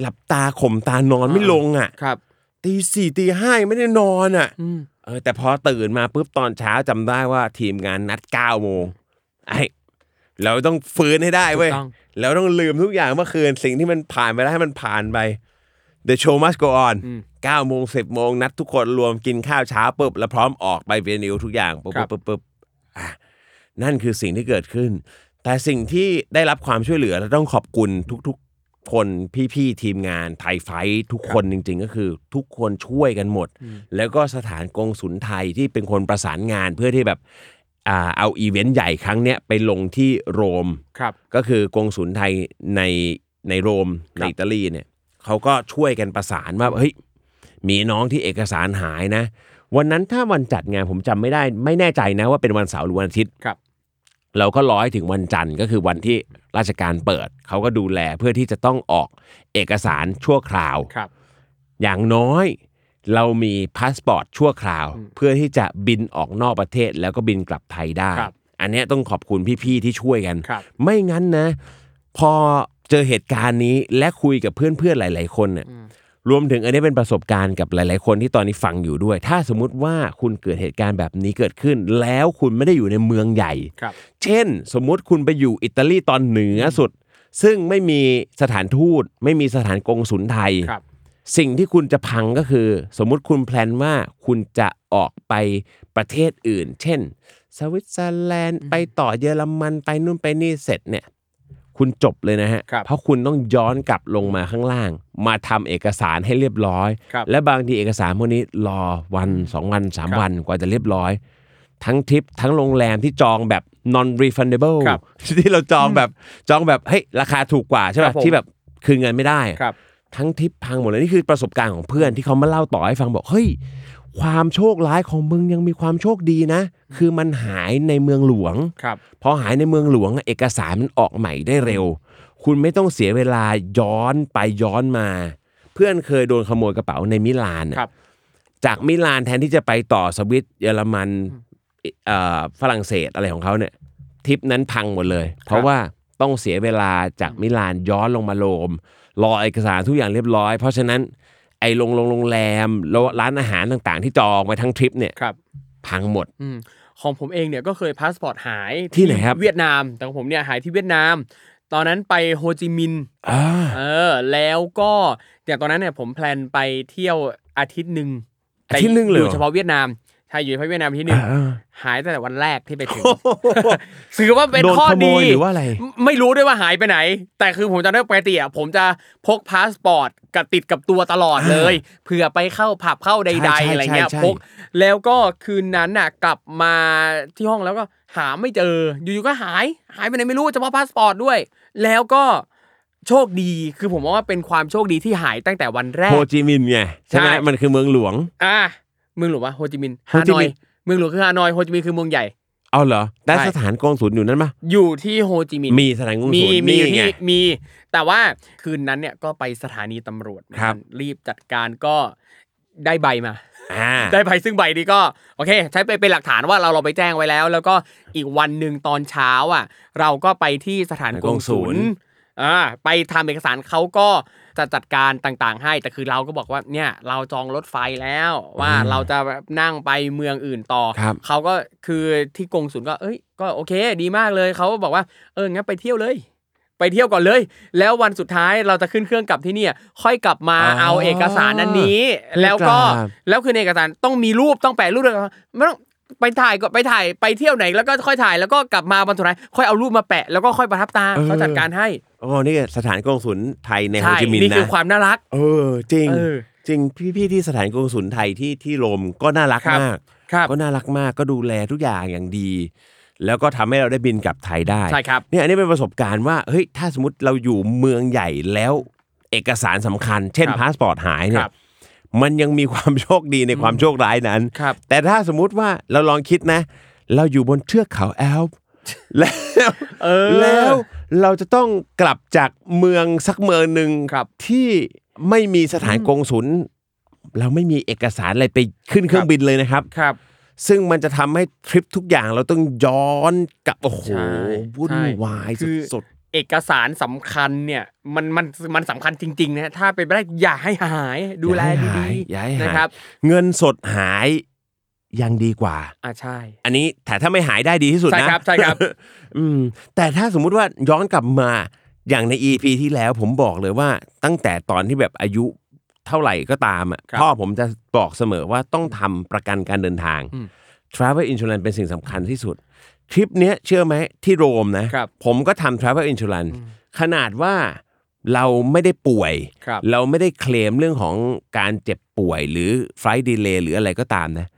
D: หลับตาข่มตานอนไม่
C: อ่า
D: ลงอ่ะ
C: ครับ
D: ตีสี่ตีห้ายังไม่ได้นอนอ่ะ
C: อืม
D: เออแต่พอตื่นมาปุ๊บตอนเช้าจำได้ว่าทีมงานนัดเก้าโมงไอ้เราต้องฟื้นให้ได้เว้ย
C: ต้อง
D: เราต้องลืมทุกอย่างเมื่อคืนสิ่งที่มันผ่านไปแล้วให้มันผ่านไป The show must go on
C: อืม
D: เก้าโมงสิบโมงนัดทุกคนรวมกินข้าวเช้าปุ๊บแล้วพร้อมออกไปเวนิวทุกอย่างปุ๊บ
C: ครับ
D: ปุ๊บปุ๊บอ่ะนั่นคือสิ่งที่เกิดขึ้น แต่สิ่งที่ได้รับความช่วยเหลือและต้องขอบคุณทุกๆ คนพี่ๆทีมงานไทยไฟท์ทุกคนจริง ๆ ก็คือ ทุกคนช่วยกันหมด แล้วก็สถานกงศุลไทยที่เป็นคนประสานงานเพื่อที่แบบอ่าเอาอีเวนต์ใหญ่ครั้งเนี้ยไปลงที่โรม
C: ครับ
D: ก็คือกงศูนย์ไทยในในโรม
C: ค
D: ใน
C: รับ
D: อิตาลีเนี่ยเขาก็ช่วยกันประสานว่าเฮ้ยมีน้องที่เอกสารหายนะ วันนั้นถ้าวันจัดงานผมจำไม่ได้ ไม่แน่ใจนะว่าเป็นวันเสาร์หรือวันอาทิตย์
C: ครับ
D: เราก็รอให้ถึงวันจันทร์ก็คือวันที่ราชการเปิด เขาก็ดูแลเพื่อที่จะต้องออกเอกสารชั่วคราว
C: ครับ
D: อย่างน้อยเรามีพาสปอร์ตชั่วคราว เพื่อที่จะบินออกนอกประเทศแล้วก็บินกลับไทยได้
C: ครับ
D: อันเนี้ยต้องขอบคุณพี่ๆที่ช่วยกัน
C: ครับ
D: ไม่งั้นนะ พอเจอเหตุการณ์นี้และคุยกับเพื่อนๆหลาย ๆ คนเนี่ย รวมถึงอันนี้เป็นประสบการณ์กับหลาย ๆ คนที่ตอนนี้ฟังอยู่ด้วย ถ้าสมมุติว่าคุณเกิดเหตุการณ์แบบนี้เกิดขึ้น แล้วคุณไม่ได้อยู่ในเมืองใหญ่
C: ครับ
D: เช่น สมมุติคุณไปอยู่อิตาลีตอนเหนือสุด ซึ่งไม่มีสถานทูต ไม่มีสถานกงสุลไทย
C: ครับ
D: สิ่งที่คุณจะพังก็คือ สมมุติคุณแพลนว่าคุณจะออกไปประเทศอื่น เช่น สวิตเซอร์แลนด์ไปต่อเยอรมันไปนู่นไปนี่เสร็จเนี่ย คุณจบเลยนะฮะ
C: ครับ
D: เพราะคุณต้องย้อนกลับลงมาข้างล่าง มาทำเอกสารให้เรียบร้อย
C: ครับ
D: และบางทีเอกสารพวกนี้รอวันสองวันสาม
C: ครับ
D: วันกว่าจะเรียบร้อย ทั้งทริปทั้งโรงแรมที่จองแบบ non refundable
C: ครับ
D: ที่เราจองแบบจองแบบเฮ้ยราคาถูกกว่าใช่
C: ครั
D: ป่ะ
C: บผม
D: ที่แบบคืนเงินไม่ได้
C: ครับ
D: ทั้งทริปพังหมดเลยนี่คือประสบการณ์ของเพื่อนที่เขามาเล่าต่อให้ฟังบอกเฮ้ยความโชคร้ายของมึงยังมีความโชคดีนะ คือมันหายในเมืองหลวง
C: ครับ
D: พอหายในเมืองหลวงอะเอกสารมันออกใหม่ได้เร็ว คุณไม่ต้องเสียเวลาย้อนไปย้อนมา เพื่อนเคยโดนขโมยกระเป๋าในมิลานอะ
C: ครับ
D: จากมิลานแทนที่จะไปต่อสวิตเยอรมันเอ่อฝรั่งเศสอะไรของเขาเนี่ยทริปนั้นพังหมดเลย เพราะว่าต้องเสียเวลาจากมิลานย้อนลงมาโรมรอเอกสารทุกอย่างเรียบร้อย เพราะฉะนั้นไอ้ลงลงโรงแรมแล้วร้านอาหารต่างๆ ที่จองไว้ทั้งทริปเนี่ย
C: ครับ
D: พังหมด
C: อืมของผมเองเนี่ยก็เคยพาสปอร์ตหาย
D: ที่ไหนครับ
C: เวียดนาม แต่ของผมเนี่ยหายที่เวียดนาม ตอนนั้นไปโฮจิมินห์
D: อ่า
C: เออ แล้วก็อย่างตอนนั้นเนี่ยผมแพลนไปเที่ยวอาทิตย์หนึ่งแต่
D: ที่นึงเลย
C: อยู่เฉพาะเวียดนามใช่อยู่เฉพาะเวียดนามอาที่หนึ่ง
D: อ่า
C: หายตั้งแต่วันแรกที่ไปถึงถือว่าเป็น
D: โดน
C: ข้อ
D: ขโม
C: ดี
D: ยหรือว่าอะไร
C: ม่ไม่รู้ด้วยว่าหายไปไหน แต่คือผมจำได้ปกติอ่ะผมจะพกพาสปอร์ตกับติดกับตัวตลอดเลยเผื่อไปเข้าผับเข้าใ
D: ใช่
C: ด
D: ใช่
C: ๆอะไรเงี้ย
D: ใช่ใช่
C: พก แล้วก็คืนนั้นน่ะกลับมาที่ห้องแล้วก็หาไม่เจอ อยู่ๆก็หายหายไปไหนไม่รู้เฉพาะพาสปอร์ตด้วย แล้วก็โชคดีคือผมว่าเป็นความโชคดีที่หายตั้งแต่วันแร
D: โฮ
C: ก
D: จิมินห์ไงใช่ไหม
C: ใช่
D: มันคือเมืองหลวง
C: อ่ะเมืองหลวงวะโฮจิมินห์
D: โฮ
C: ฮา
D: จิ
C: นอ
D: มิ
C: ย
D: นห์
C: เมืองหลวงคือฮานอยโฮจิมินห์คือเมืองใหญ่
D: เอาเหรอแล้ว
C: ใช่
D: สถานกงศูนย์อยู่นั่นปะ
C: อยู่ที่โฮจิมินห์
D: มีสถานกง
C: มี
D: ศูนย์
C: มีอยู่
D: ไง
C: ที่มี แต่ว่าคืนนั้นเนี่ยก็ไปสถานีตำรวจเหมือน
D: ครั
C: กับ นรีบจัดการก็ได้ใบมา
D: อ่า
C: ได้ใบซึ่งใบนี้ก็โอเค ใช้ไปเป็นหลักฐานว่าเราเราไปแจ้งไว้แล้ว แล้วก็อีกวันหนึ่งตอนเช้าอ่ะ เราก็ไปที่สถานกงศูน
D: กงศูนย์
C: ย์อ่าไปทำเอกสารเขาก็จะจัดการต่างๆ ให้แต่คือเราก็บอกว่าเนี่ยเราจองรถไฟแล้วว่าเราจะนั่งไปเมืองอื่นต่อ
D: ครับ
C: เขาก็คือที่กงศูนย์ก็เอ้ยก็โอเค ดีมากเลยเขาก็บอกว่าเอองั้นไปเที่ยวเลย ไปเที่ยวก่อนเลย แล้ววันสุดท้ายเราจะขึ้นเครื่องกลับที่เนี่ย ค่อยกลับมา
D: อ๋อ
C: เอาเอกสารอันนี้ แล้วก็
D: ครับ
C: แล้วคือในเอกสารต้องมีรูปต้องแปะรูปด้วยไม่ต้องไปถ่ายก็ไปถ่ายไปเที่ยวไหนแล้วก็ค่อยถ่ายแล้วก็กลับมาวันสุดท้ายค่อยเอารูปมาแปะแล้วก็ค่อยประทับตาเขาจัดการให้
D: โอ้นี่สถานกงศูนย์ไทยในโฮ
C: ใช่
D: จิมิน
C: นี่
D: ห์
C: คือ
D: นะ
C: ความน่ารัก
D: เออจริง
C: เออ
D: จริงพี่ๆที่สถานกงศูนย์ไทยที่ที่โรมก็น่ารัก
C: ครับ
D: มาก
C: ครับ
D: ก็น่ารักมากก็ดูแลทุกอย่างอย่างดี แล้วก็ทำให้เราได้บินกลับไทยได้
C: ใช่ครับ
D: เนี่ยอันนี้เป็นประสบการณ์ว่าเฮ้ยถ้าสมมติเราอยู่เมืองใหญ่แล้วเอกสารสำคัญ เช่น
C: ครับ
D: พาสปอร์ตหายเนี่
C: ครั
D: ย
C: บ
D: มันยังมีความโชคดีในความโชคร้ายนั้น
C: ครับ
D: แต่ถ้าสมมุติว่าเราลองคิดนะ เราอยู่บนเทือกเขาแอล ป์แล้ว
C: เออ
D: แล้วเราจะต้องกลับจากเมืองสักเมืองหนึ่ง
C: ครับ
D: ที่ไม่มีสถานกงศุลเราไม่มีเอกสารอะไรไปขึ้นเครื่องบินเลยนะครับ
C: ครับ
D: ซึ่งมันจะทำให้ทริปทุกอย่างเราต้องย้อนกลับ โอ้โห
C: ใช่
D: วุ่น
C: ใช่
D: วาย
C: คือ
D: สุด
C: เอกสารสำคัญเนี่ยมันมันมันสำคัญจริงๆนะถ้าเป็นไปได้อย่าให้หายดูแล
D: อย่าให้หา
C: ดี
D: ยอย่าให้
C: ๆ
D: หาย
C: นะครับ
D: ๆ เงินสดหายยังดีกว่า
C: อ่าใช่
D: อันนี้แต่ถ้าไม่หายได้ดีที่สุดนะ
C: ใช่ครับใช่ครับ
D: อืมแต่ถ้าสมมุติว่าย้อนกลับมาอย่างใน EP ที่แล้วผมบอกเลยว่าตั้งแต่ตอนที่แบบอายุเท่าไหร่ก็ตามอ่ะ
C: ครับ
D: พ่อผมจะบอกเสมอว่าต้องทำประกันการเดินทาง
C: อืม
D: Travel Insurance เป็นสิ่งสำคัญที่สุด ทริปเนี้ยเชื่อไหมที่โรมนะ
C: ครับ
D: ผมก็ทำ Travel Insurance ขนาดว่าเราไม่ได้ป่วย
C: ครับ
D: เราไม่ได้เคลมเรื่องของการเจ็บป่วยหรือ Flight Delay หรืออะไรก็ตามนะ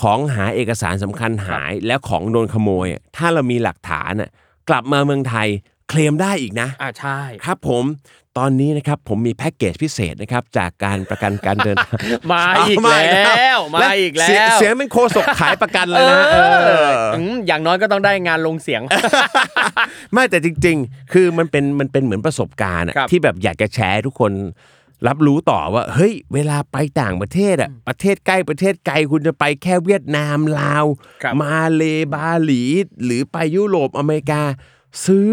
D: ของหายเอกสารสำคัญหายแล้วของโดนขโมยอะถ้าเรามีหลักฐานอะกลับมาเมืองไทยเคลมได้อีกนะ
C: อ่าใช่
D: ครับผมตอนนี้นะครับผมมีแพ็กเกจพิเศษนะครับจากการประกันการเดินทาง
C: มาอีกแล้วมาอีกแล้
D: เสียง
C: ว
D: เสียงเป็นโคศกขายประกันเล
C: เอย
D: นะ
C: อ
D: เออ
C: อืมอย่างน้อยก็ต้องได้งานลงเสียง
D: ไม่แต่จริง ๆ คือมันเป็นมันเป็นเหมือนประสบการณ์อะ
C: ครับ
D: ที่แบบอยากจะแชร์ให้ทุกคนรับรู้ต่อว่า เฮ้ย เวลาไปต่างประเทศอะประเทศใกล้ประเทศไกลคุณจะไปแค่เวียดนามลาว
C: ครับ
D: มาเลบาหลี หรือไปยุโรปอเมริกา ซื้อ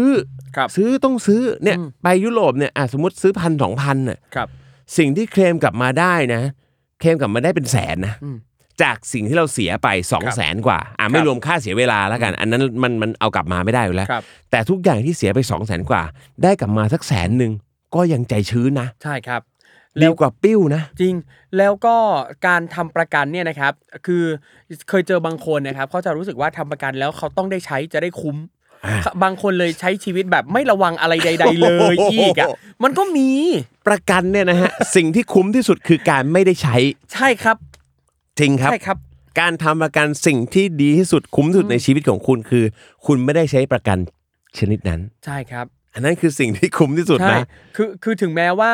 C: ครับ
D: ซื้อต้องซื้อเนี่ยไปยุโรปเนี่ยอ่ะสมมติซื้อพันสองพันน่ะ
C: ครับ
D: สิ่งที่เคลมกลับมาได้นะ เคลมกลับมาได้เป็นแสนนะ
C: อืม
D: จากสิ่งที่เราเสียไปสอง
C: ครับ
D: แสนกว่า อ่ะ
C: ค
D: ไม่
C: รับ
D: รวมค่าเสียเวลาแล้วกัน อันนั้นมันมันเอากลับมาไม่ได้อยู่แล้ว
C: ครับ
D: แต่ทุกอย่างที่เสียไปสองแสนกว่า ได้กลับมาสักแสนหนึ่งก็ยังใจชื้นนะ
C: ใช่ครับ
D: ดีกว่าปิ้วนะ
C: จริงแล้วก็การทำประกันเนี่ยนะครับ คือเคยเจอบางคนนะครับเขาจะรู้สึกว่าทำประกันแล้วเขาต้องได้ใช้จะได้คุ้ม
D: อ่า
C: บางคนเลยใช้ชีวิตแบบไม่ระวังอะไรใด ๆ เลยอีกอ่ะมันก็มี
D: ประกันเนี่ย นะฮะ สิ่งที่คุ้มที่สุดคือการไม่ได้ใช้
C: ใช่ครับ
D: จริงครับ
C: ใช่ครับ
D: การทำประกันสิ่งที่ดีที่สุดคุ้มที่สุดในชีวิตของคุณคือ คุณไม่ได้ใช้ประกันชนิดนั้น
C: ใช่ครับ
D: อันนั้นคือสิ่งที่คุ้มที่สุด
C: ใช่
D: นะ
C: คือคือถึงแม้ว่า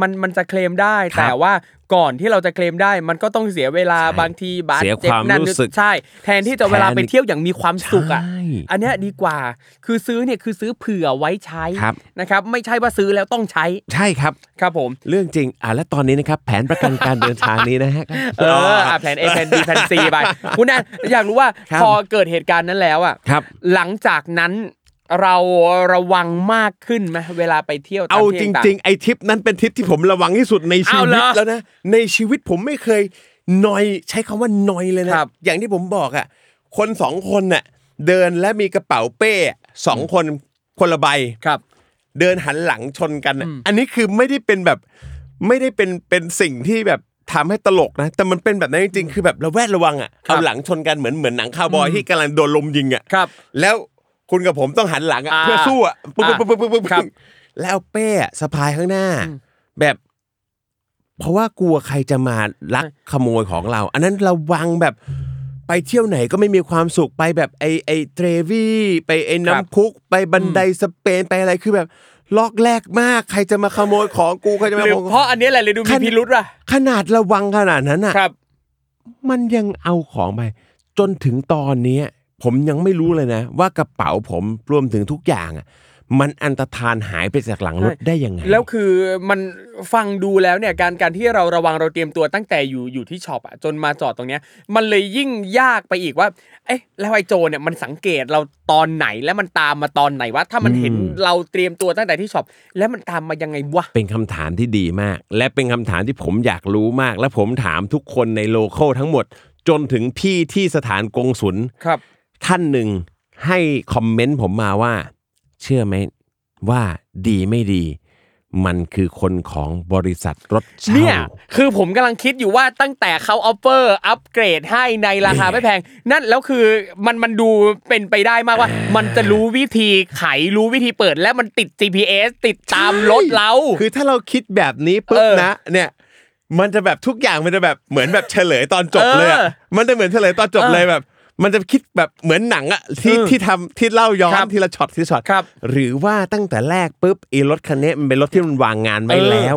C: มันมันจะเคลมได้
D: ครับ
C: แต่ว่าก่อนที่เราจะเคลมได้ มันก็ต้องเสียเวลา
D: ใช่
C: บางทีบาด
D: เสีย
C: เจ็บ
D: ความ
C: นั่น
D: รู้สึก
C: ใช่ แทนที่จะเวลา
D: แทน
C: ไปเที่ยวอย่างมีความสุขอ่ะ
D: ใช่
C: อันเนี้ยดีกว่า คือซื้อเนี่ยคือซื้อเผื่อไว้ใช้
D: ครับ
C: นะครับ ไม่ใช่ว่าซื้อแล้วต้องใช้
D: ใช่ครับ
C: ครับผม
D: เรื่องจริงอ่ะและตอนนี้นะครับแผนประกันการเดินทางนี้นะฮะ
C: เอออ่ะแผน A แผน B แผน C ไปคุณแอนอยากรู้ว่า
D: ครับ
C: พอเกิดเหตุการณ์นั้นแล้วอ่ะ
D: ครับ
C: หลังจากนั้นเราระวังมากขึ้นไหมเวลาไปเที่ยวตาม
D: เอา
C: ที่
D: จ
C: ต่า
D: ริง ๆ ไอ้ทริปนั้นเป็นทริปที่ผมระวังที่สุดในชี
C: เอาเหร
D: วิต
C: อ
D: แล้วนะในชีวิตผมไม่เคยหนอยใช้คำว่าหนอยเลยนะครับอย่างที่ผมบอกอ่ะคนสองคนน่ะเดินและมีกระเป๋าเป้สองคนคนละใบ
C: ๆครับ
D: เดินหันหลังชนกันน่ะอันนี้คือไม่ได้เป็นแบบไม่ได้เป็นเป็นสิ่งที่แบบทำให้ตลกนะ แต่มันเป็นแบบนั้นจริงๆคือแบบระแวดระวังอ่ะ
C: ครับ
D: เอาหลังชนกันเหมือนเหมือนหนังคาวบอยที่กำลังโดนลมยิงอ่ะ
C: ครับ
D: แล้วคุณกับผมต้องหันหลังอ่ะ
C: อ่า
D: เพื่อสู้อ่ะปึ๊บ
C: อ่า
D: ปึ๊บปึ๊บปึ๊บปึ๊บ
C: ครับ
D: แล้วเอาเป้สะพายข้างหน้า แบบ เพราะว่ากลัวใครจะมาลักขโมยของเรา อันนั้นระวังแบบไปเที่ยวไหนก็ไม่มีความสุขไปแบบไอไอเทรวี่ไปไอน้ำพุก ไปบันไดสเปนไปอะไรคือแบบลอกแรกมาก ใครจะมาขโมยของกูใครจะมาข
C: หรือ
D: โมยข
C: เพ
D: อง
C: ราะอันเนี้ยแหละเลยดู
D: ขั้น
C: มีพิรุษว่ะ
D: ขนาดระวังขนาดนั้นอ่ะ
C: ครับ
D: มันยังเอาของไป จนถึงตอนเนี้ยผมยังไม่รู้เลยนะ ว่ากระเป๋าผมรวมถึงทุกอย่างอ่ะมันอันตรธานหายไปจากหลังรถได้ยังไง
C: แล้วคือมันฟังดูแล้วเนี่ยการการที่เราระวังเราเตรียมตัวตั้งแต่อยู่อยู่ที่ช็อปอะจนมาจอดตรงเนี้ยมันเลยยิ่งยากไปอีกว่า เอ๊ะแล้วไอ้โจรเนี่ยมันสังเกตเราตอนไหนและมันตามมาตอนไหนวะถ้ามันเห็นเราเตรียมตัวตั้งแต่ที่ช็อปแล้วมันตามมายังไงวะ
D: เป็นคำถามที่ดีมาก และเป็นคำถามที่ผมอยากรู้มาก และผมถามทุกคนในโลเคอลทั้งหมด จนถึงพี่ที่สถานกงศุล
C: ครับ
D: ท่านหนึ่งให้คอมเมนต์ผมมาว่า เชื่อไหมว่าดีไม่ดี มันคือคนของบริษัทรถเช่า
C: เนี่ยคือผมกำลังคิดอยู่ว่าตั้งแต่เขาออฟเฟอร์อัปเกรดให้ในราคาไม่แพง นั่นแล้วคือมันมันดูเป็นไปได้มากว่า มันจะรู้วิธีไขรู้วิธีเปิดและมันติด GPS ติดตามรถเรา
D: คือถ้าเราคิดแบบนี้ปุ๊บ
C: เออ
D: นะเนี่ยมันจะแบบทุกอย่างมันจะแบบเหมือนแบบเฉลยตอนจบเลยอะ
C: เออ
D: มันจะเหมือนเฉลยตอนจบ
C: เออ
D: เลยแบบ มันจะคิดแบบเหมือนหนังอะที่
C: เออ
D: ที่ทำที่เล่าย้อ
C: คน รับ
D: ทีละช็อตทีละช็อต
C: ครับ
D: หรือว่าตั้งแต่แรกปุ๊บไอีรถคันนี้มันเป็นรถที่มันวางงานไว้
C: เออ
D: แล้ว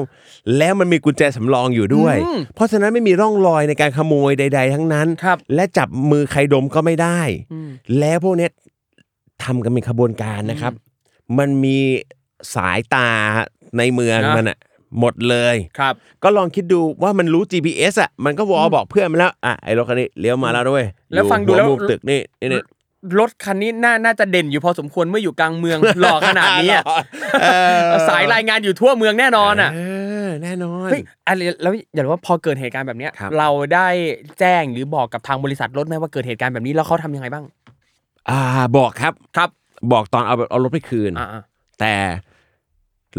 D: แล้วมันมีกุญแจสำรองอยู่ด้วย
C: อืม
D: เพราะฉะนั้นไม่มีร่องรอยในการขโมยใด ๆ ทั้งนั้น
C: ครับ
D: และจับมือใครดมก็ไม่ได้
C: อืม
D: แล้วพวกเนี้ยทำกันเป็นขบวนการนะครับ มันมีสายตาในเมือง
C: นะ
D: มันอะหมดเลย
C: ครับ
D: ก็ลองคิดดูว่ามันรู้ GPS อะมันก็วอบอกเพื่อนมันแล้วอ่ะไอ้รถคันนี้เลี้ยวมาแล้วด้วย
C: แล้ว
D: อยู่
C: ฟังดูแล้ว
D: หัมุมตึกนี่นี่นี่
C: รถคันนี้น่าน่าจะเด่นอยู่พอสมควรเมื่ออยู่กลาง เมือง หล่อขนาดนี้อะ
D: เออ
C: สายรายงานอยู่ทั่วเมืองแน่นอนอ่ะ
D: เอแน่นอน
C: เฮ้ยอะไรแล้วอย่าลืมว่าพอเกิดเหตุการณ์แบบเนี้ย
D: ครับ
C: เราได้แจ้งหรือบอกกับทางบริษัทรถไหมว่าเกิดเหตุการณ์แบบนี้แล้วเขาทำยังไงบ้าง
D: อ่าบอกครับ
C: ครับ
D: บอกตอนเอาเอารถไปคืน
C: อ่า
D: แต่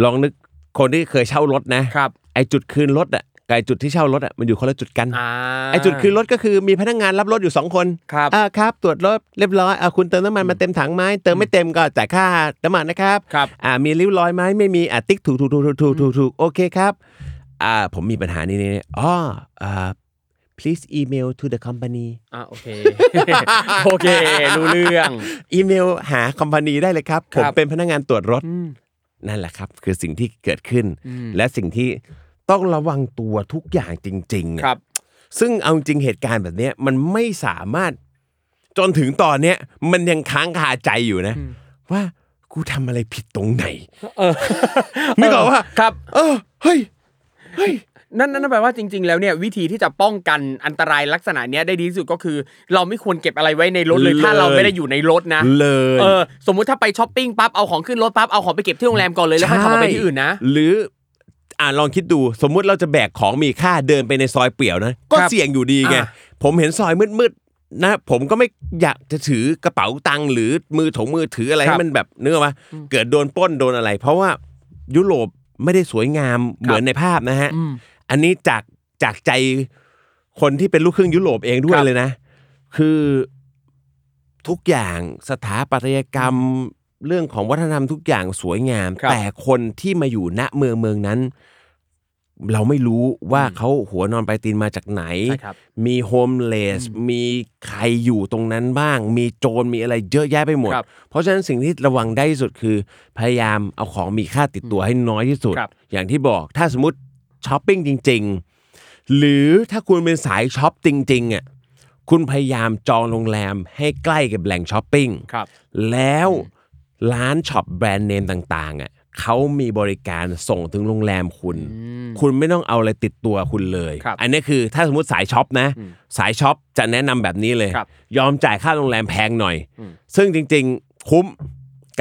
D: ลองนึกคนที่เคยเช่ารถนะ
C: ๆครับ
D: ไอ้จุดคืนรถอะกับไอ้จุดที่เช่ารถอะมันอยู่คนละจุดกัน
C: อ่า
D: ไอจุดคืนรถก็คือมีพนักงานรับรถอยู่ 2 คน
C: ครับ
D: อ่าครับ ตรวจรถเรียบร้อยอ่าคุณเติมน้ำมันมาเต็มถังไหมเติมไม่เต็มก็จ่ายค่าน้ำมันนะครับ
C: ครับ
D: อ่ามีริ้วรอยไหมไม่มีอ่าติ๊กถูกถูกถูกถูกถูกถูกถูกโอเคครับอ่าผมมีปัญหานี้นี่นี่อ๋ออ่า please email to the company
C: อ่ะโอ เค โอเค รู้เรื่อง
D: อีเมลหาคอมพานีได้เลยครับ
C: ค
D: ผ
C: รับ
D: มเป็นพนักงานตรวจรถ
C: อืม
D: นั่นแหละครับ คือสิ่งที่เกิดขึ้น
C: อืม
D: และสิ่งที่ต้องระวังตัวทุกอย่างจริงๆอะ
C: ครับ
D: ซึ่งเอาจริงเหตุการณ์แบบเนี้ยมันไม่สามารถจนถึงตอนเนี้ยมันยังค้างคาใจอยู่นะ ว่ากูทำอะไรผิดตรงไหน
C: เออ
D: นึกออกว่า
C: ครับ
D: เออเฮ้ยเฮ้ย
C: นั่นนั่นแปลว่าจริง ๆ แล้วเนี่ยวิธีที่จะป้องกันอันตรายลักษณะเนี้ยได้ดีที่สุดก็คือ เราไม่ควรเก็บอะไรไว้ในรถเลย
D: เลย
C: ถ้าเราไม่ได้อยู่ในรถนะ
D: เลย
C: เออสมมุติถ้าไปช้อปปิ้งปั๊บเอาของขึ้นรถปั๊บเอาของไปเก็บที่โรงแรมก่อนเลยแล้วค่อยขับออกไปที่อื่นนะ
D: หรือ อ่านลองคิดดู สมมุติเราจะแบกของมีค่าเดินไปในซอยเปี่ยวนะ ก็
C: ครับ
D: เสี่ยงอยู่ดีไง
C: อ่า
D: ผมเห็นซอยมืดๆนะ ผมก็ไม่อยากจะถือกระเป๋าตังค์หรือมือถงมือถืออะไรให้มันแบบเนื้ออกมาเกิดโดนปล้นโดนอะไร เพราะว่ายุโรปไม่ได้สวยงามเหมือนในภาพนะฮะ อันนี้จากจากใจคนที่เป็นลูกครึ่งยุโรปเองด้ว
C: ค
D: ย
C: รับ
D: เลยนะ คือทุกอย่างสถาปัตยกรรมเรื่องของวัฒนธรรมทุกอย่างสวยงาม
C: ครับ
D: แต่คนที่มาอยู่ณเมืองเมืองนั้น เราไม่รู้ว่าเขาหัวนอนปลายตีนมาจากไหน
C: ใช่ครับ
D: มีโฮมเลส มีใครอยู่ตรงนั้นบ้าง มีโจร มีอะไรเยอะแยะไปหมด
C: ครับ
D: เพราะฉะนั้นสิ่งที่ระวังได้ที่สุดคือ พยายามเอาของมีค่าติดตัวให้น้อยที่สุด
C: ครับ
D: อย่างที่บอก ถ้าสมมติช้อปปิ้งจริง ๆ หรือถ้าคุณเป็นสายช้อปจริงๆอ่ะ คุณพยายามจองโรงแรมให้ใกล้กับแหล่งช้อปปิ้ง
C: ครับ
D: แล้วร้านช็อปแบรนด์เนมต่างๆอ่ะเขามีบริการส่งถึงโรงแรมคุณ คุณไม่ต้องเอาอะไรติดตัวคุณเลย
C: ครับ
D: อันนี้คือถ้าสมมติสายช็อปนะ สายช็อปจะแนะนำแบบนี้เลย
C: ครับ
D: ยอมจ่ายค่าโรงแรมแพงหน่อย ซึ่งจริงๆคุ้ม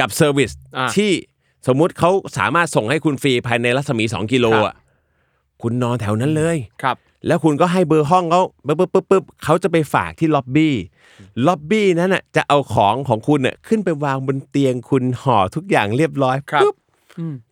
D: กับเซอร์วิส
C: อ่า
D: ที่สมมุติเขาสามารถส่งให้คุณฟรีภายในรัศมี 2 กิโล
C: ครับ
D: อ่ะคุณนอนแถวนั้นเลย
C: ครับ
D: แล้วคุณก็ให้เบอร์ห้องเขาปึ๊บปึ๊บปึ๊บปึ๊บเขาจะไปฝากที่ล็อบบี้ ล็อบบี้นั้นน่ะจะเอาของของคุณน่ะขึ้นไปวางบนเตียงคุณห่อทุกอย่างเรียบร้อย
C: ครับ
D: ปึ๊บ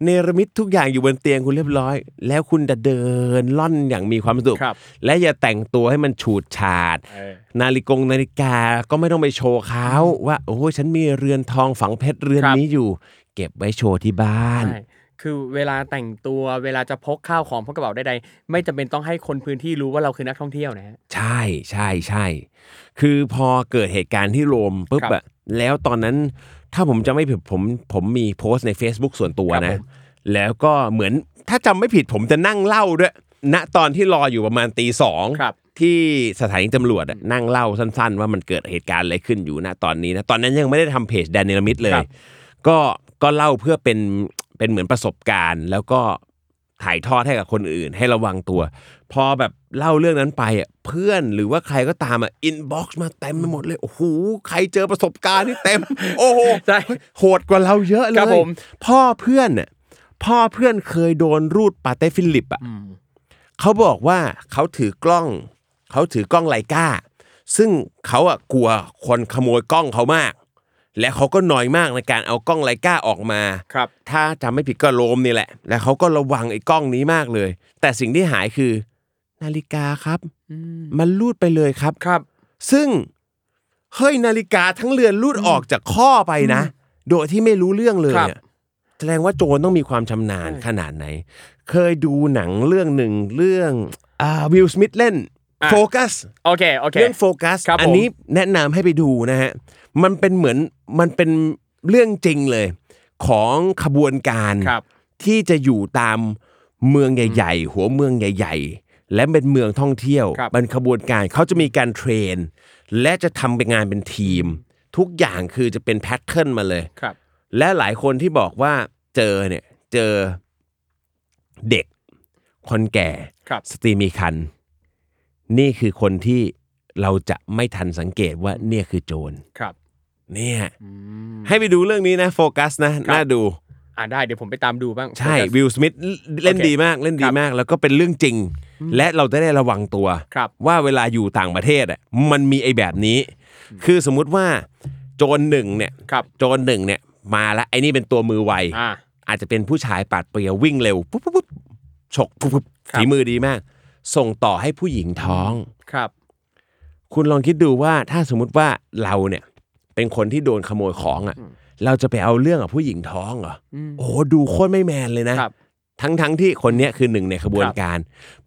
D: เนรมิตทุกอย่างอยู่บนเตียงคุณเรียบร้อย แล้วคุณจะเดินล่อนอย่างมีความสุข
C: ครับ
D: และอย่าแต่งตัวให้มันฉูดฉาด
C: เออ
D: นาฬิกงนาฬิกาก็ไม่ต้องไปโชว์เขาว่า โอ้ยฉันมีเรือนทองฝังเพชรเรือน
C: ครับ
D: นี้อยู่ เก็บไว้โชว์ที่บ้าน
C: ใช่คือเวลาแต่งตัวเวลาจะพกข้าวของพกกระเป๋าใดๆ ไม่จำเป็นต้องให้คนพื้นที่รู้ว่าเราคือนักท่องเที่ยวนะฮะ
D: ใช่ใช่ใช่ คือพอเกิดเหตุการณ์ที่โรมปุ๊บ
C: ครับ
D: อะแล้วตอนนั้นถ้าผมจะไม่ผิดผมผมมีโพสต์ใน Facebook ส่วนตัว
C: ครับ
D: นะ
C: ผม
D: แล้วก็เหมือนถ้าจำไม่ผิดผมจะนั่งเล่าด้วย ณตอนที่รออยู่ประมาณตีสอง
C: ครับ
D: ที่สถานีตำรวจอะนั่งเล่าสั้น ๆ ว่ามันเกิดเหตุการณ์อะไรขึ้นอยู่ณตอนนี้นะ ตอนนั้นยังไม่ได้ทำเพจแดนนิลมิดเล
C: ค
D: ย
C: รับ
D: ก็ก็เล่าเพื่อเป็นเป็นเหมือนประสบการณ์ แล้วก็ถ่ายทอดให้กับคนอื่น ให้ระวังตัว พอแบบเล่าเรื่องนั้นไปอ่ะเพื่อนหรือว่าใครก็ตามอ่ะอินบ็อกซ์มาเต็มไปหมดเลยโอ้โหใครเจอประสบการณ์นี่เต็ม โอ้โห
C: ใช่
D: โหดกว่าเราเยอะเล
C: ครับ
D: ย
C: ผม
D: พ่อเพื่อนน่ะพ่อเพื่อนเคยโดนรูดปาเต้ฟิลิปอ่ะเขาบอกว่าเขาถือกล้อง เขาถือกล้องไลกาซึ่งเขาอ่ะกลัวคนขโมยกล้องเขามาก และเขาก็น้อยมากในการเอากล้องไลกาออกมา
C: ครับ
D: ถ้าจำไม่ผิดก็โรมนี่แหละ แล้วเขาก็ระวังไอ้กล้องนี้มากเลย แต่สิ่งที่หายคือ นาฬิกาครับ มันลูดไปเลยครับ
C: ครับ
D: ซึ่งเฮ้ยนาฬิกาทั้งเรือนลูดออกจากข้อไปนะ โดยที่ไม่รู้เรื่องเลย
C: ครับ
D: อะแสดงว่าโจรต้องมีความชำนาญขนาดไหน เคยดูหนังเรื่องหนึ่งเรื่องอ่าวิลสมิธเล่น
C: อ่ะ
D: โฟกัส
C: โอเค โอเค
D: เรื่องโฟกัส
C: ครับผม
D: อันี้แนะนำให้ไปดูนะฮะ มันเป็นเหมือนมันเป็นเรื่องจริงเลย ของขบวนการ
C: ครับ
D: ที่จะอยู่ตามเมืองใหญ่ ๆ หัวเมืองใหญ่ ๆ และเป็นเมืองท่องเที่ยว
C: ครับ
D: เป็นขบวนการเขาจะมีการเทรน และจะทำเป็นงานเป็นทีม ทุกอย่างคือจะเป็นแพทเทิร์นมาเลย
C: ครับ
D: และหลายคนที่บอกว่าเจอเนี่ยเจอเด็กคนแก่
C: ครับ
D: สตรีมีคัน นี่คือคนที่เราจะไม่ทันสังเกตว่าเนี่ยคือโจร
C: ครับ
D: เนี่ยให้ไปดูเรื่องนี้นะโฟกัสนะ
C: ครับ
D: น่าดู
C: อ่าได้ เดี๋ยวผมไปตามดูบ้าง
D: ใช่
C: โฟกัส
D: วิลสมิธเล่น
C: โอเค
D: ดีมากเล่น
C: ค
D: ดี
C: รับ
D: มาก แล้วก็เป็นเรื่องจริง และเราจะได้ระวังตัว
C: ครับ
D: ว่าเวลาอยู่ต่างประเทศอ่ะมันมีไอ้แบบนี้ คือสมมุติว่าโจรหนึ่งเนี่ย
C: ครับ
D: โจรหนึ่งเนี่ยมาละไอ้นี่เป็นตัวมือไว
C: อ่า
D: อาจจะเป็นผู้ชายปาดเปรียววิ่งเร็วปุ๊บปุ๊บปุ๊บฉกปุ๊บปุ๊บ
C: ครับ
D: ฝีมือดีมาก ส่งต่อให้ผู้หญิงท้อง
C: ครับ
D: คุณลองคิดดูว่าถ้าสมมติว่าเราเนี่ย เป็นคนที่โดนขโมยของอ่ะ เราจะไปเอาเรื่องกับผู้หญิงท้องเหรออโอ้โหดูโคตรไม่แมนเลยนะ
C: ครับ
D: ทั้งทั้งที่คนเนี้ยคือหนึ่งในขบวนการ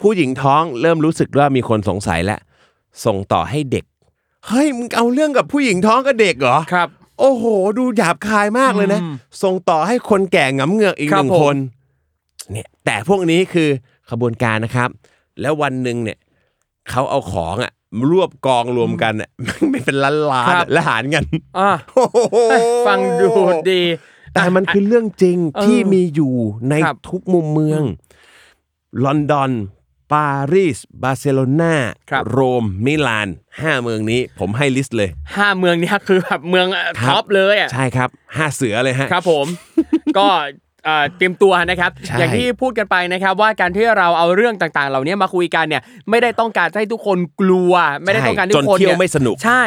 D: ผู้หญิงท้องเริ่มรู้สึกว่ามีคนสงสัยแล้วส่งต่อให้เด็กเฮ้ยมึงเอาเรื่องกับผู้หญิงท้องกับเด็กเหรอ
C: ครับ
D: โอ้โห ดูหยาบคายมากเลยนะ ส่งต่อให้คนแก่หงำเหงือกอีก
C: ค
D: ห
C: รับ
D: นึ่ง
C: ผม
D: คนเนี่ยแต่พวกนี้คือขบวนการนะครับ แล้ววันหนึ่งเนี่ยเขาเอาของอ่ะรวบกองรวมกันอ่ะ ไม่เป็นล้านล้านและหารกัน
C: อ่า
D: โอ้โห
C: ฟังดูดี
D: แต่มันคือเรื่องจริง
C: เออ
D: ที่มีอยู่ใน
C: ครับ
D: ทุกมุมเมือง ลอนดอน ปารีส บาร์เซโลนาโรม มิลาน ห้าเมืองนี้ผมให้ลิสต์เลย
C: ห้าเมืองเนี้ยคือแบบเมือง
D: ครับ
C: ท็อปเลยอ่ะ
D: ใช่ครับห้าเสือเลยฮะ
C: ครับผม ก็ เอ่อเตรียมตัวนะครับ
D: ใช่
C: อย่างที่พูดกันไปนะครับ ว่าการที่เราเอาเรื่องต่างๆ เหล่านี้มาคุยกันเนี่ยไม่ได้ต้องการให้ทุกคนกลัว ไม่ได้ต้องการให้
D: จ
C: ทุ
D: น
C: กคน
D: เที่ยว
C: เนี่ย
D: ไม่สนุก
C: ใช่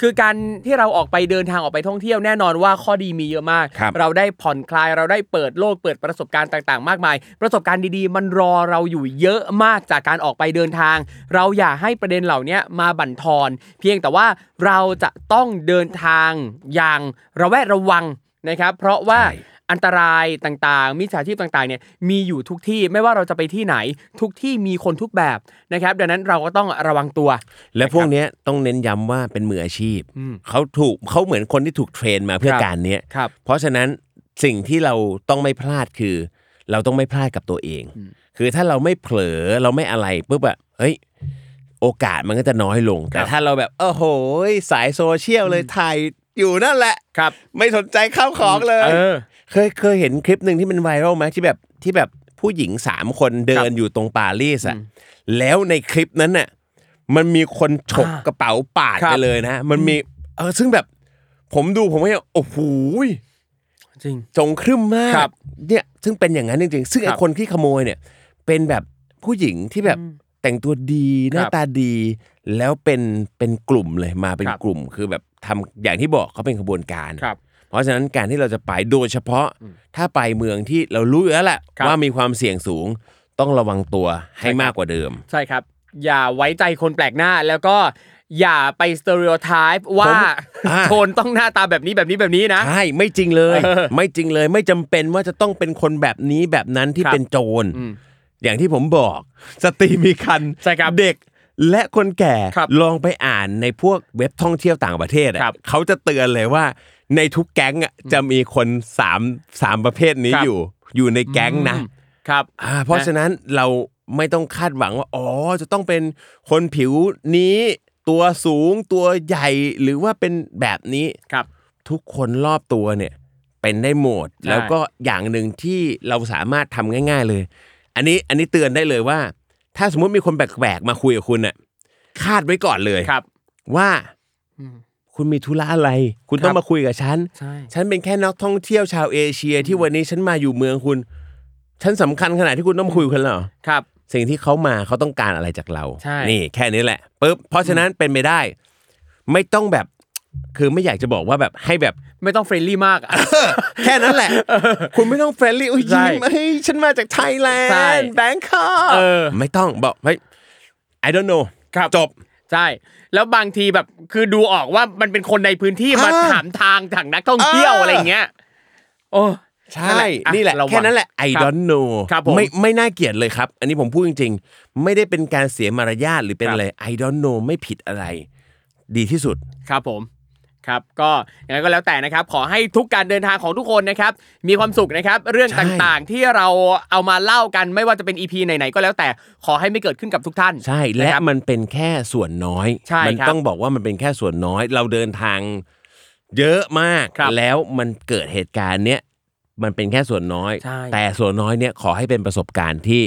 C: คือการที่เราออกไปเดินทางออกไปท่องเที่ยวแน่นอนว่าข้อดีมีเยอะมาก
D: ครับ
C: เราได้ผ่อนคลาย เราได้เปิดโลกเปิดประสบการณ์ต่างๆ มากมาย ประสบการณ์ดีๆ มันรอเราอยู่เยอะมากจากการออกไปเดินทาง เราอย่าให้ประเด็นเหล่านี้มาบั่นทอน เพียงแต่ว่าเราจะต้องเดินทางอย่างระแวดระวังนะครับ เพราะว่า
D: ใช่
C: อันตรายต่างๆ มิจฉาชีพต่างๆ เนี่ย มีอยู่ทุกที่ ไม่ว่าเราจะไปที่ไหน ทุกที่มีคนทุกแบบนะครับ ดังนั้นเราก็ต้องระวังตัว
D: และพวกเนี้ยต้องเน้นย้ำว่าเป็นมืออาชีพ
C: อืม
D: เขาถูกเขาเหมือนคนที่ถูกเทรนมาเพื่อ
C: ครับ
D: การเนี้ย
C: ครับ
D: เพราะฉะนั้นสิ่งที่เราต้องไม่พลาดคือ เราต้องไม่พลาดกับตัวเอง คือถ้าเราไม่เผลอเราไม่อะไรปุ๊บอะเฮ้ยโอกาสมันก็จะน้อยลง แต่ถ้าเราแบบโอ้โหยสายโซเชียลเลยถ่ายอยู่นั่นแหละ
C: ครับ
D: ไม่สนใจข้าวของเลย
C: เออ
D: เคยเคยเห็นคลิปหนึ่งที่มันไวรัลไหมที่แบบที่แบบผู้หญิงสามคนเดินอยู่ตรงปารีสอ่ะแล้วในคลิปนั้นน่ะมันมีคนฉก
C: อ่าก
D: กระเป๋าปาด
C: ครั
D: ไป
C: บ
D: เลยนะ มันมีเออซึ่งแบบผมดูผมก็ยังโอ้โหย
C: จริง
D: จงครึ้มมาก
C: ครับ
D: เนี่ยซึ่งเป็นอย่างนั้นจริงๆ ซึ่ง
C: ครั
D: ไอ้
C: บ
D: คนที่ขโมยเนี่ย เป็นแบบผู้หญิงที่แบบแต่งตัวดีหน้า
C: ครับ
D: ตาดี แล้วเป็นเป็นกลุ่มเลยมาเป็น
C: ครับ
D: กลุ่มคือแบบทำอย่างที่บอกเขาเป็นขบวนการ
C: ครับ
D: เพราะฉะนั้นการที่เราจะไปโดยเฉพาะถ้าไปเมืองที่เรารู้อยู่แล้วแหละ
C: ครับ
D: ว่ามีความเสี่ยงสูงต้องระวังตัวให้มากกว่าเดิม
C: ใช่ครับ อย่าไว้ใจคนแปลกหน้าแล้วก็อย่าไปสเตอริโอไทป์ว่า
D: อ่า
C: คนต้องหน้าตาแบบนี้แบบนี้แบบนี้นะ
D: ใช่ไม่จริงเลย
C: เออ
D: ไม่จริงเลยไม่จำเป็นว่าจะต้องเป็นคนแบบนี้แบบนั้นที่
C: ครับ
D: เป็นโจร
C: อืม
D: อย่างที่ผมบอกสตรีมีคัน
C: ใช่ครับ
D: เด็กและคนแก่
C: ครับ
D: ลองไปอ่านในพวกเว็บท่องเที่ยวต่างประเทศอะ
C: ครับ
D: เขาจะเตือนเลยว่า ในทุกแก๊งอะจะมีคนสามสามประเภทนี้
C: ครับ
D: อยู่อยู่ในแก๊งนะ
C: อืมครับ
D: อ่าเพราะฉะนั้นเราไม่ต้องคาดหวังว่าอ๋อจะต้องเป็นคนผิวนี้ ตัวสูงตัวใหญ่หรือว่าเป็นแบบนี้
C: ครับ
D: ทุกคนรอบตัวเนี่ย เป็นได้หมด แล้วก็อย่างหนึ่งที่เราสามารถทำง่าย ๆเลย อันนี้อันนี้เตือนได้เลยว่า ถ้าสมมติมีคนแปลกๆมาคุยกับคุณน่ะคาดไว้ก่อนเลย
C: ครับ
D: ว่า
C: อืม
D: คุณมีธุระอะไร คุณต้อ
C: ครั
D: ง
C: บ
D: มาคุยกับฉัน
C: ใช่
D: ฉันเป็นแค่นักท่องเที่ยวชาวเอเชียที่วันนี้ฉันมาอยู่เมืองคุณ ฉันสำคัญขนาดที่คุณต้องมาคุยกับฉันเหรอ
C: ครับ
D: สิ่งที่เขามาเขาต้องการอะไรจากเรา
C: ใช่
D: นี่แค่นี้แหละปึ๊บ เพราะฉะนั้นเป็นไปได้ ไม่ต้องแบบ คือไม่อยากจะบอกว่าแบบให้แบบ
C: ไม่ต้องเฟรนลี่มากอะ
D: แค่นั้นแหละ คุณไม่ต้องเฟรนลี่โอ้ย
C: ใช่
D: ยิ้มเฮ้ยฉันมาจากไทยแล
C: ใช่
D: นด์แบงคอก
C: เออ
D: ไม่ต้องบอกเฮ้ย I don't know
C: ครับ
D: จบ
C: ใช่ แล้วบางทีแบบคือดูออกว่ามันเป็นคนในพื้นที่มา
D: อ่า
C: ถามทางทางนักท่องเที่ยว
D: เอออ
C: อะไรอย่างเงี้ย โอ้
D: ใช่
C: อ่ะ
D: นี่แหละ
C: ระวัง
D: แค่นั้นแหละ I
C: ครับ
D: don't know
C: ครับผม
D: ไม่ไม่น่าเกลียดเลยครับ อันนี้ผมพูดจริงๆ ไม่ได้เป็นการเสียมารยาทหรือเป็น
C: ครับ
D: อะไร I don't know ไม่ผิดอะไร ดีที่สุด
C: ครับผมครับก็ยังไงก็แล้วแต่นะครับ ขอให้ทุกการเดินทางของทุกคนนะครับมีความสุขนะครับ เรื่อง
D: ใช่
C: ต่างๆ ที่เราเอามาเล่ากันไม่ว่าจะเป็น EP ไหนๆก็แล้วแต่ขอให้ไม่เกิดขึ้นกับทุกท่าน
D: ใช่และ
C: นครับ
D: มันเป็นแค่ส่วนน้อย
C: ใช่
D: มั
C: ครับ
D: ต้องบอกว่ามันเป็นแค่ส่วนน้อย เราเดินทางเยอะมาก
C: ครับ
D: แล้วมันเกิดเหตุการณ์เนี้ยมันเป็นแค่ส่วนน้อย
C: ใช่
D: แต่ส่วนน้อยเนี่ยขอให้เป็นประสบการณ์ที่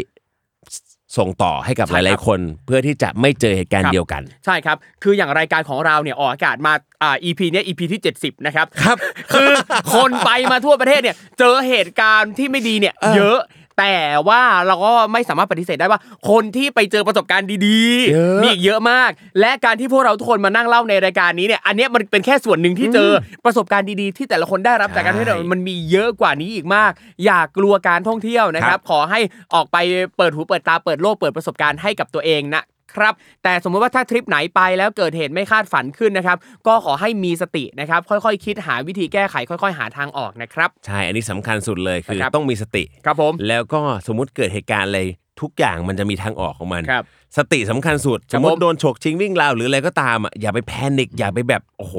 D: สส่งต่อให้กับห
C: ใช่ครับ
D: ลายๆคน เพื่อที่จะไม่เจอเหตุการ
C: ครั
D: ณ์
C: บ
D: เดียวกัน
C: ใช่ครับ คืออย่างรายการของเราเนี่ยออกอากาศมาอ่า EP เนี้ย EP ที่ 70 นะครับ
D: ครับ
C: คือคนไปมาทั่วประเทศเนี่ย เจอเหตุการณ์ที่ไม่ดีเนี่ย เยอะ แต่ว่าเราก็ไม่สามารถปฏิเสธได้ว่า คนที่ไปเจอประสบการณ์ดี
D: เยอะ
C: ๆ มีอีกเยอะมาก และการที่พวกเราทุกคนมานั่งเล่าในรายการนี้เนี่ย อันเนี้ยมันเป็นแค่ส่วนหนึ่งที่เจอประสบการณ์ดีๆ ที่แต่ละคนได้รับจากการที่เรา
D: ใช่
C: มันมีเยอะกว่านี้อีกมาก อย่ากลัวการท่องเที่ยวนะครับ ขอให้ออกไปเปิดหูเปิดตาเปิดโลกเปิดประสบการณ์ให้กับตัวเองนะครับ แต่สมมติว่าถ้าทริปไหนไปแล้วเกิดเหตุไม่คาดฝันขึ้นนะครับ ก็ขอให้มีสตินะครับ ค่อยๆ คิดหาวิธีแก้ไข ค่อย ๆ หาทางออกนะครับ
D: ใช่อันนี้สำคัญสุดเลยคือ
C: นะครับ
D: ต้องมีสติ
C: ครับผม
D: แล้วก็สมมติเกิดเหตุการณ์อะไรทุกอย่างมันจะมีทางออกของมัน
C: ครับ
D: สติสำคัญสุด
C: ค
D: ส
C: รับ
D: มม
C: ผ
D: ติ
C: ม
D: โดนฉกชิงวิ่งราวหรืออะไรก็ตามอ่ะอย่าไปแพนิคอย่าไปแบบโอ้โห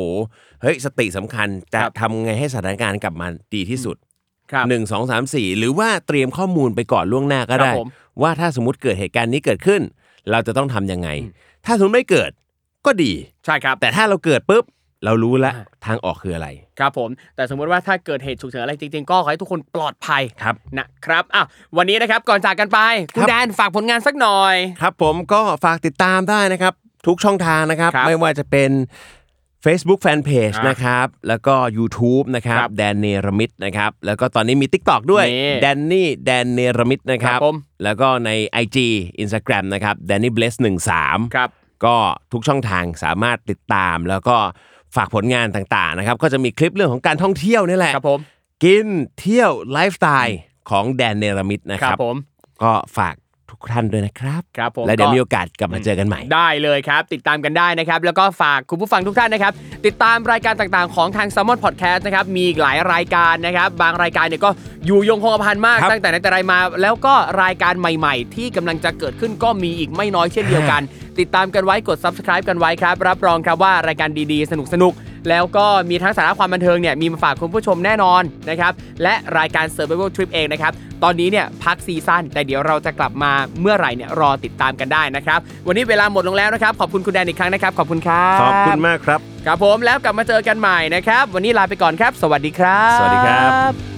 D: เฮ้ยสติสำคัญจะ
C: ครับ
D: ทำไงให้สถานการณ์กลับมาดีที่สุด
C: ครับ
D: หนึ่งสองสามสี่หรือว่าเตรียมข้อมูลไปก่อนล่วงหน้าก็
C: ครับ
D: ได้
C: ผม
D: ว่าถ้าสมมติเกิดเหตุการณ์นี้เกิดขึ้น เราจะต้องทำยังไง ถ้าสมมติไม่เกิดก็ดี
C: ใช่ครับ
D: แต่ถ้าเราเกิดปุ๊บเรารู้แล้ว
C: อ่า
D: ทางออกคืออะไร
C: ครับผม แต่สมมติว่าถ้าเกิดเหตุฉุกเฉินอะไรจริงๆ ก็ขอให้ทุกคนปลอดภัย
D: ครับ
C: นะครับอ่ะวันนี้นะครับก่อนจากกันไปคุ
D: ค
C: ณ
D: รับ
C: แดนฝากผลงานสักหน่อย
D: ครับผมก็ฝากติดตามได้นะครับ ทุกช่องทางนะครับ
C: ครับ
D: ไม่ว่าจะเป็น Facebook Fanpage
C: อ่ะ
D: นะครับ แล้วก็ YouTube นะครับ
C: ครับ
D: แดนเนรมิตนะครับ แล้วก็ตอนนี้มี TikTok ด้วย
C: นี่
D: แดนนี่แดนเนรมิตนะครั
C: ครับ บผม
D: แล้วก็ใน IG Instagram นะครับแดนนี่เบลสหนึ่งสาม
C: ครับ
D: ก็ทุกช่องทางสามารถติดตามแล้วก็ฝากผลงานต่างๆนะครับ ก็จะมีคลิปเรื่องของการท่องเที่ยวนี่แหละ
C: ครับผม
D: กินเที่ยวไลฟ์สไตล์ของแดนเนรมิตนะ
C: ค
D: ค
C: รั
D: รั
C: บบ ผม
D: ก็ฝากทุกท่านด้วยนะครับ
C: ครับผม
D: และเดี๋ยวมีโอกาสกลับมาเจอกันใหม่
C: ได้เลยครับ ติดตามกันได้นะครับ แล้วก็ฝากคุณผู้ฟังทุกท่านนะครับ ติดตามรายการต่างๆของทาง s ซ m มอนพอดแคสต์นะครับ มีอีกหลายรายการนะครับ บางรายการเนี่ยก็อยู่ยงคงกระพันมาก
D: ครับ
C: ตั้งแต่ไหนแต่ไรมา แล้วก็รายการใหม่ๆ ที่กำลังจะเกิดขึ้นก็มีอีกไม่น้อยเช่นเดียวกัน ติดตามกันไว้กด subscribe กันไว้ครับ รับรองครับว่ารายการดีๆ สนุกๆ แล้วก็มีทั้งสาระความบันเทิงเนี่ยมีมาฝากคุณผู้ชมแน่นอนนะครับ และรายการ Survival Trip เองนะครับ ตอนนี้เนี่ยพักซีซั่นแต่เดี๋ยวเราจะกลับมาเมื่อไหร่เนี่ยรอติดตามกันได้นะครับ วันนี้เวลาหมดลงแล้วนะครับ ขอบคุณคุณแดนอีกครั้งนะครับ ขอบคุณครับ
D: ขอบคุณมากครับ
C: ครับผมแล้วกลับมาเจอกันใหม่นะครับ วันนี้ลาไปก่อนครับ สวัสดีครับ
D: สวัสดีครับ